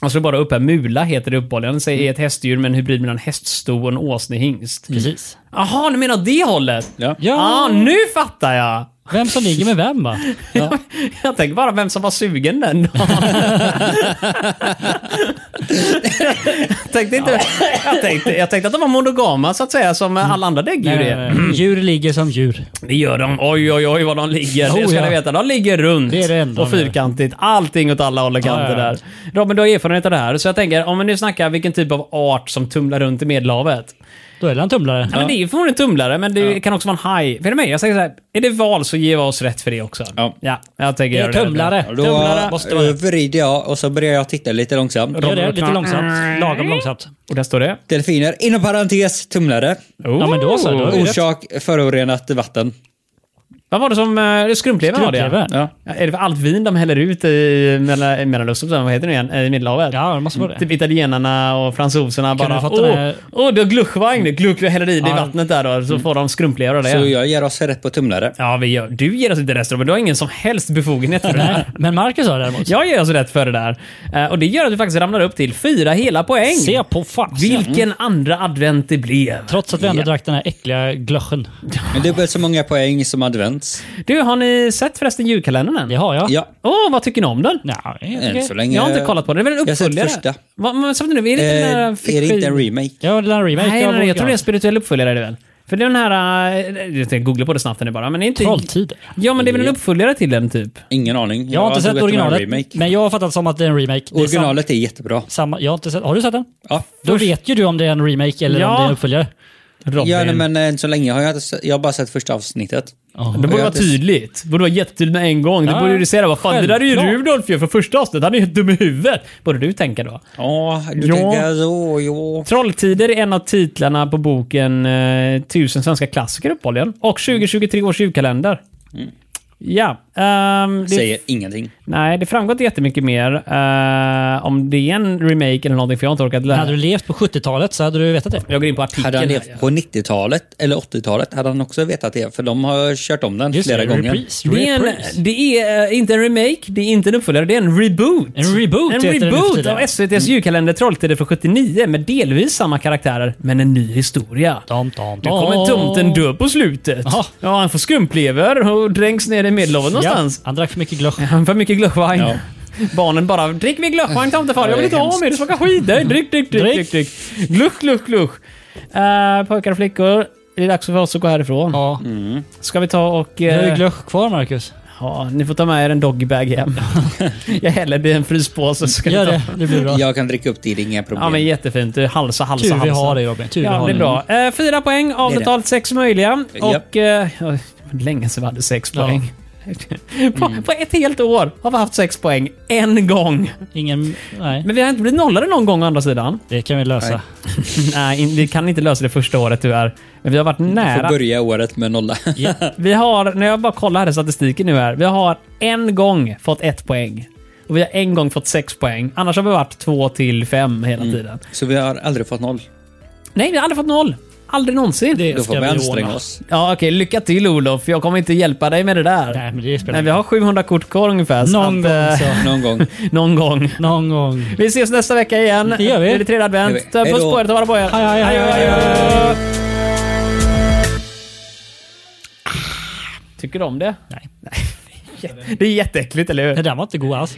B: Jag slår bara upp här. Mula heter det uppehållande. Säger
A: Mm.
B: är ett hästdjur med en hybrid mellan häststo och en åsnehingst.
A: Precis.
B: Jaha, du menar åt det hållet?
C: Ja.
A: Ja.
B: ah, nu fattar jag!
A: Vem som ligger med vem va?
B: Jag tänker bara vem som var sugen den dagen. jag, tänkte inte, jag, tänkte, jag tänkte att de var monogama så att säga, som alla andra däggdjur
A: Mm. Nej,
B: är.
A: nej, nej. Eh, Djur ligger som djur.
B: Det gör de. Oj, oj, oj vad de ligger. Det
A: Oh,
B: ska
A: ja.
B: ni veta. De ligger runt
A: Det är det enda
B: och
A: de gör.
B: fyrkantigt. Allting åt alla håll och kanter
A: Ja, ja, ja.
B: där. Robin, du har erfarenhet av det här. Så jag tänker, om vi nu snackar vilken typ av art som tumlar runt i Medelhavet.
A: Då är det en tumlare.
B: Ja, men det är ju förmodligen tumlare, men det kan också vara en haj. För det mig? Jag säger så här, är det val så ger vi oss rätt för det också.
C: Ja.
B: ja jag tänker
A: Det är
B: göra det.
A: tumlare.
C: Då
A: Tumlare måste
C: eh,
A: vara.
C: vrider jag och så börjar jag titta lite långsamt.
A: Gör det, lite långsamt. Lagom långsamt.
B: Och där står det?
C: Delfiner, inom parentes tumlare.
B: Mm.
A: Ja, men då så, då är det-
C: Orsak förorenat vatten.
B: Vad var det som... eh, Skrumplever var det ja.
A: Skrumplever.
B: Ja. Är det för allt vin de häller ut i Mella- i Mellanöstern? Vad heter det nu igen? Eh, I Medelhavet?
A: Ja, det måste vara det.
B: Typ italienarna och fransoserna
A: Kunde
B: bara...
A: du fått
B: Åh,
A: den här-
B: åh, du har gluchwein! Gluch, jag häller i det i
A: Ja. Mm.
B: vattnet där då, så får de skrumplever av det.
C: Så jag ger oss rätt på tumlare.
B: Ja, vi gör. Du ger oss inte rätt Robert. Du har ingen som helst befogenhet för det här.
A: Nej, men Marcus har det däremot.
B: Jag ger oss rätt för det där. Eh, Och det gör att vi faktiskt ramlar upp till fyra hela poäng.
A: Se på fan.
B: Vilken andra advent det blev.
A: Trots att vi ändå drack den här äckliga glöschen.
C: Men dubbelt så många poäng som advents.
B: Du, har ni sett förresten julkalendern än?
A: Det har jag.
C: Ja.
B: Åh, vad tycker ni om den?
A: Nej, jag
C: Än
A: tycker-
C: så länge.
B: Jag har inte kollat på den. Det är väl en
C: Jag har
B: uppföljare?
C: sett första.
B: Vad, men, så, nu, är det inte den
C: Eh,
B: där
C: är det inte en remake?
A: Ja, det är en remake.
B: Nej,
A: av
B: nej, nej,
A: vår-
B: jag tror det är en spirituell uppföljare. Är det väl? För det är den här... eh, Jag tänkte googla på det snabbt nu bara. Men det är inte...
A: Trolltider.
B: Ja, men det är väl en uppföljare till den typ?
C: Ingen aning.
A: Jag har inte sett
C: dubbelt så många
A: originalet,
C: remake.
A: men jag har fattat som att det är en remake. Det är sam-
C: Originalet är jättebra.
A: samma, jag har, inte sett, har du sett den?
C: Ja.
A: Då vet ju du om det är en remake eller
B: Ja.
A: om det är en uppföljare.
B: Robin.
C: Ja, nej, men eh, än så länge har jag inte sett, jag har bara sett första avsnittet.
B: Det
C: Jag
B: borde
C: har
B: vara
C: inte-
B: tydligt. Det borde vara jättetydligt med en gång.
A: Ja,
B: du borde ju säga det. Vad fan, det där är ju
A: självklart.
B: Rudolf ju från första avsnittet. Han är helt dum i huvudet. Borde du tänka då.
C: Ja, du
B: Ja.
C: tänker så, ja.
B: Trolltider är en av titlarna på boken eh, 1000 svenska klassiker uppehållligen. Och 2023 års julkalender. Ja. ehm, det,
C: Mm. Säger ingenting.
B: Nej, det framgår inte jättemycket mer eh, om det är en remake eller någonting, för jag har inte orkat lära.
A: Hade du levt på 70-talet så hade du vetat det.
B: Jag går in på artikeln.
C: Hade han
B: här, ja.
C: levt på 90-talet eller 80-talet hade han också vetat det, för de har kört om den flera gånger.
A: Reprise.
B: Det är, en,
A: reprise.
B: det är eh, inte en remake, det är inte en uppföljare, det är en reboot.
A: En reboot
B: En
A: heter det nu för
B: reboot
A: tiden. Mm.
B: av SVTs julkalender Trolltider från 79 med delvis samma karaktärer, men en ny historia.
A: Tom, tom,
B: Nu
A: tom.
B: kommer tomten dö på slutet.
A: Jaha.
B: Ja, han får skumplever och dränks ner i Medelhavet någonstans. Mm.
A: Ja, han drack för mycket glögg.
B: Han får mycket glöggvin.
C: Ja.
B: Barnen bara “Drick min glöggvin tomtefar, jag vill inte ha mer, det smakar skit”. Nej, Drick, drick, drick,
A: Drick.
B: drick, drick. Glusch, glusch, glusch. Eh, pojkar och flickor, det är dags för oss att gå härifrån.
A: Ja.
B: Ska vi ta och...
A: Du har ju
B: eh,
A: glögg kvar Marcus.
B: Ja, ni får ta med er en doggybag hem. jag häller det i en fryspåse så kan
A: Gör
B: ni ta.
A: det, det blir bra.
C: Jag kan dricka upp det, det är inga problem.
B: Ja men jättefint. Du, Halsa, halsa,
A: Tur
B: halsa.
A: vi har det Robin. Tur vi
B: Ja,
A: har
B: det är
A: dig.
B: bra. Eh, fyra poäng av
C: Det är det.
B: totalt sex möjliga.
C: Ja.
B: Och... Eh, oj, länge sedan vi hade sex
A: Ja. Mm.
B: poäng. på, på ett helt år har vi haft sex poäng. En gång.
A: Ingen... Nej,
B: Men vi har inte blivit nollade någon gång å andra sidan.
A: det kan vi lösa.
C: Nej.
B: Nej, in- vi kan inte lösa det första året tyvärr. Men vi har varit
C: Får
B: nära.
C: börja året med nolla.
B: Vi har, när jag bara kollar här i statistiken nu här, vi har en gång fått ett poäng. Och vi har en gång fått sex poäng. Annars har vi varit två till fem hela
A: Mm.
B: tiden.
C: Så vi har aldrig fått noll.
B: Nej, vi har aldrig fått noll. Aldrig någonsin.
C: Då
A: Ska
C: får vi
A: vi
C: anstränga
A: ordna.
C: oss.
B: Ja, okej. Lycka till Olof. Jag kommer inte hjälpa dig med det där.
A: Nej, men det spelar
B: Nej, vi har 700 kort kvar ungefär. så
A: Någon
B: att,
A: gång
B: eh,
A: så.
C: Någon gång.
B: Någon gång.
A: Någon gång.
B: Vi ses nästa vecka igen.
A: Det gör vi.
B: Det är det tredje
C: Det gör
B: advent.
C: vi.
B: Ta en
C: Hej
B: puss
C: då.
B: på er. Ta vara på er.
A: Hej, hej, hej, hej, hej.
B: Tycker du om det?
A: Nej.
B: Det är jätteäckligt, eller hur?
A: Det där var inte god alls.